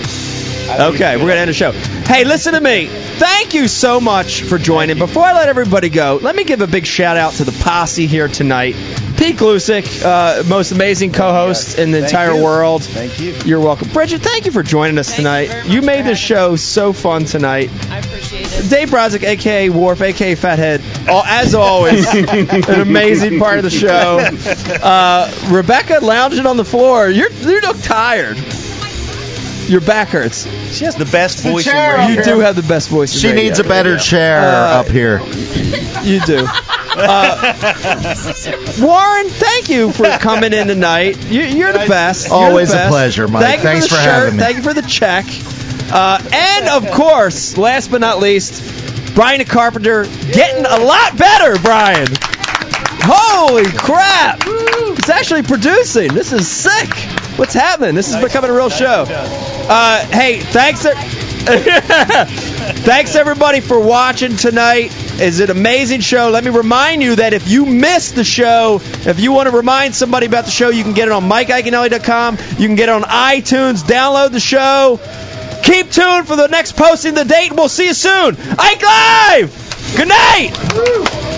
S1: Okay, we're going to end the show. Hey, listen to me. Thank you so much for joining. Before I let everybody go, let me give a big shout out to the posse here tonight. Pete Glusick, uh, most amazing co-host in the
S2: Thank
S1: entire
S2: you.
S1: world.
S2: Thank you.
S1: You're welcome, Bridget. Thank you for joining us tonight. You, made this show so fun tonight.
S8: I appreciate it.
S1: Dave Brodzik, aka Wharf, aka Fathead, all, as always, an amazing part of the show. Uh, Rebecca lounging on the floor. You're, you look tired. Your back hurts.
S2: She has the best
S5: The voice in chair radio.
S1: You
S5: up
S1: do
S5: here.
S1: have the best voice. in
S5: She
S1: radio.
S5: needs a better chair
S1: Uh,
S5: up here.
S1: You do. Uh, Warren, thank you for coming in tonight. You, you're the best. You're the
S5: Always a
S1: best.
S5: pleasure, Mike.
S1: Thank you
S5: Thanks
S1: for, the
S5: for
S1: shirt.
S5: having me.
S1: Thank you for the check. Uh, and of course, last but not least, Brian the Carpenter getting a lot better, Brian. Holy crap! It's actually producing. This is sick. What's happening? This is becoming a real show. Uh, hey, thanks. thanks everybody for watching tonight. Is an amazing show. Let me remind you that if you missed the show, if you want to remind somebody about the show, you can get it on MikeIconelli.com. You can get it on iTunes. Download the show. Keep tuned for the next posting, the date, and we'll see you soon. Ike Live! Good night!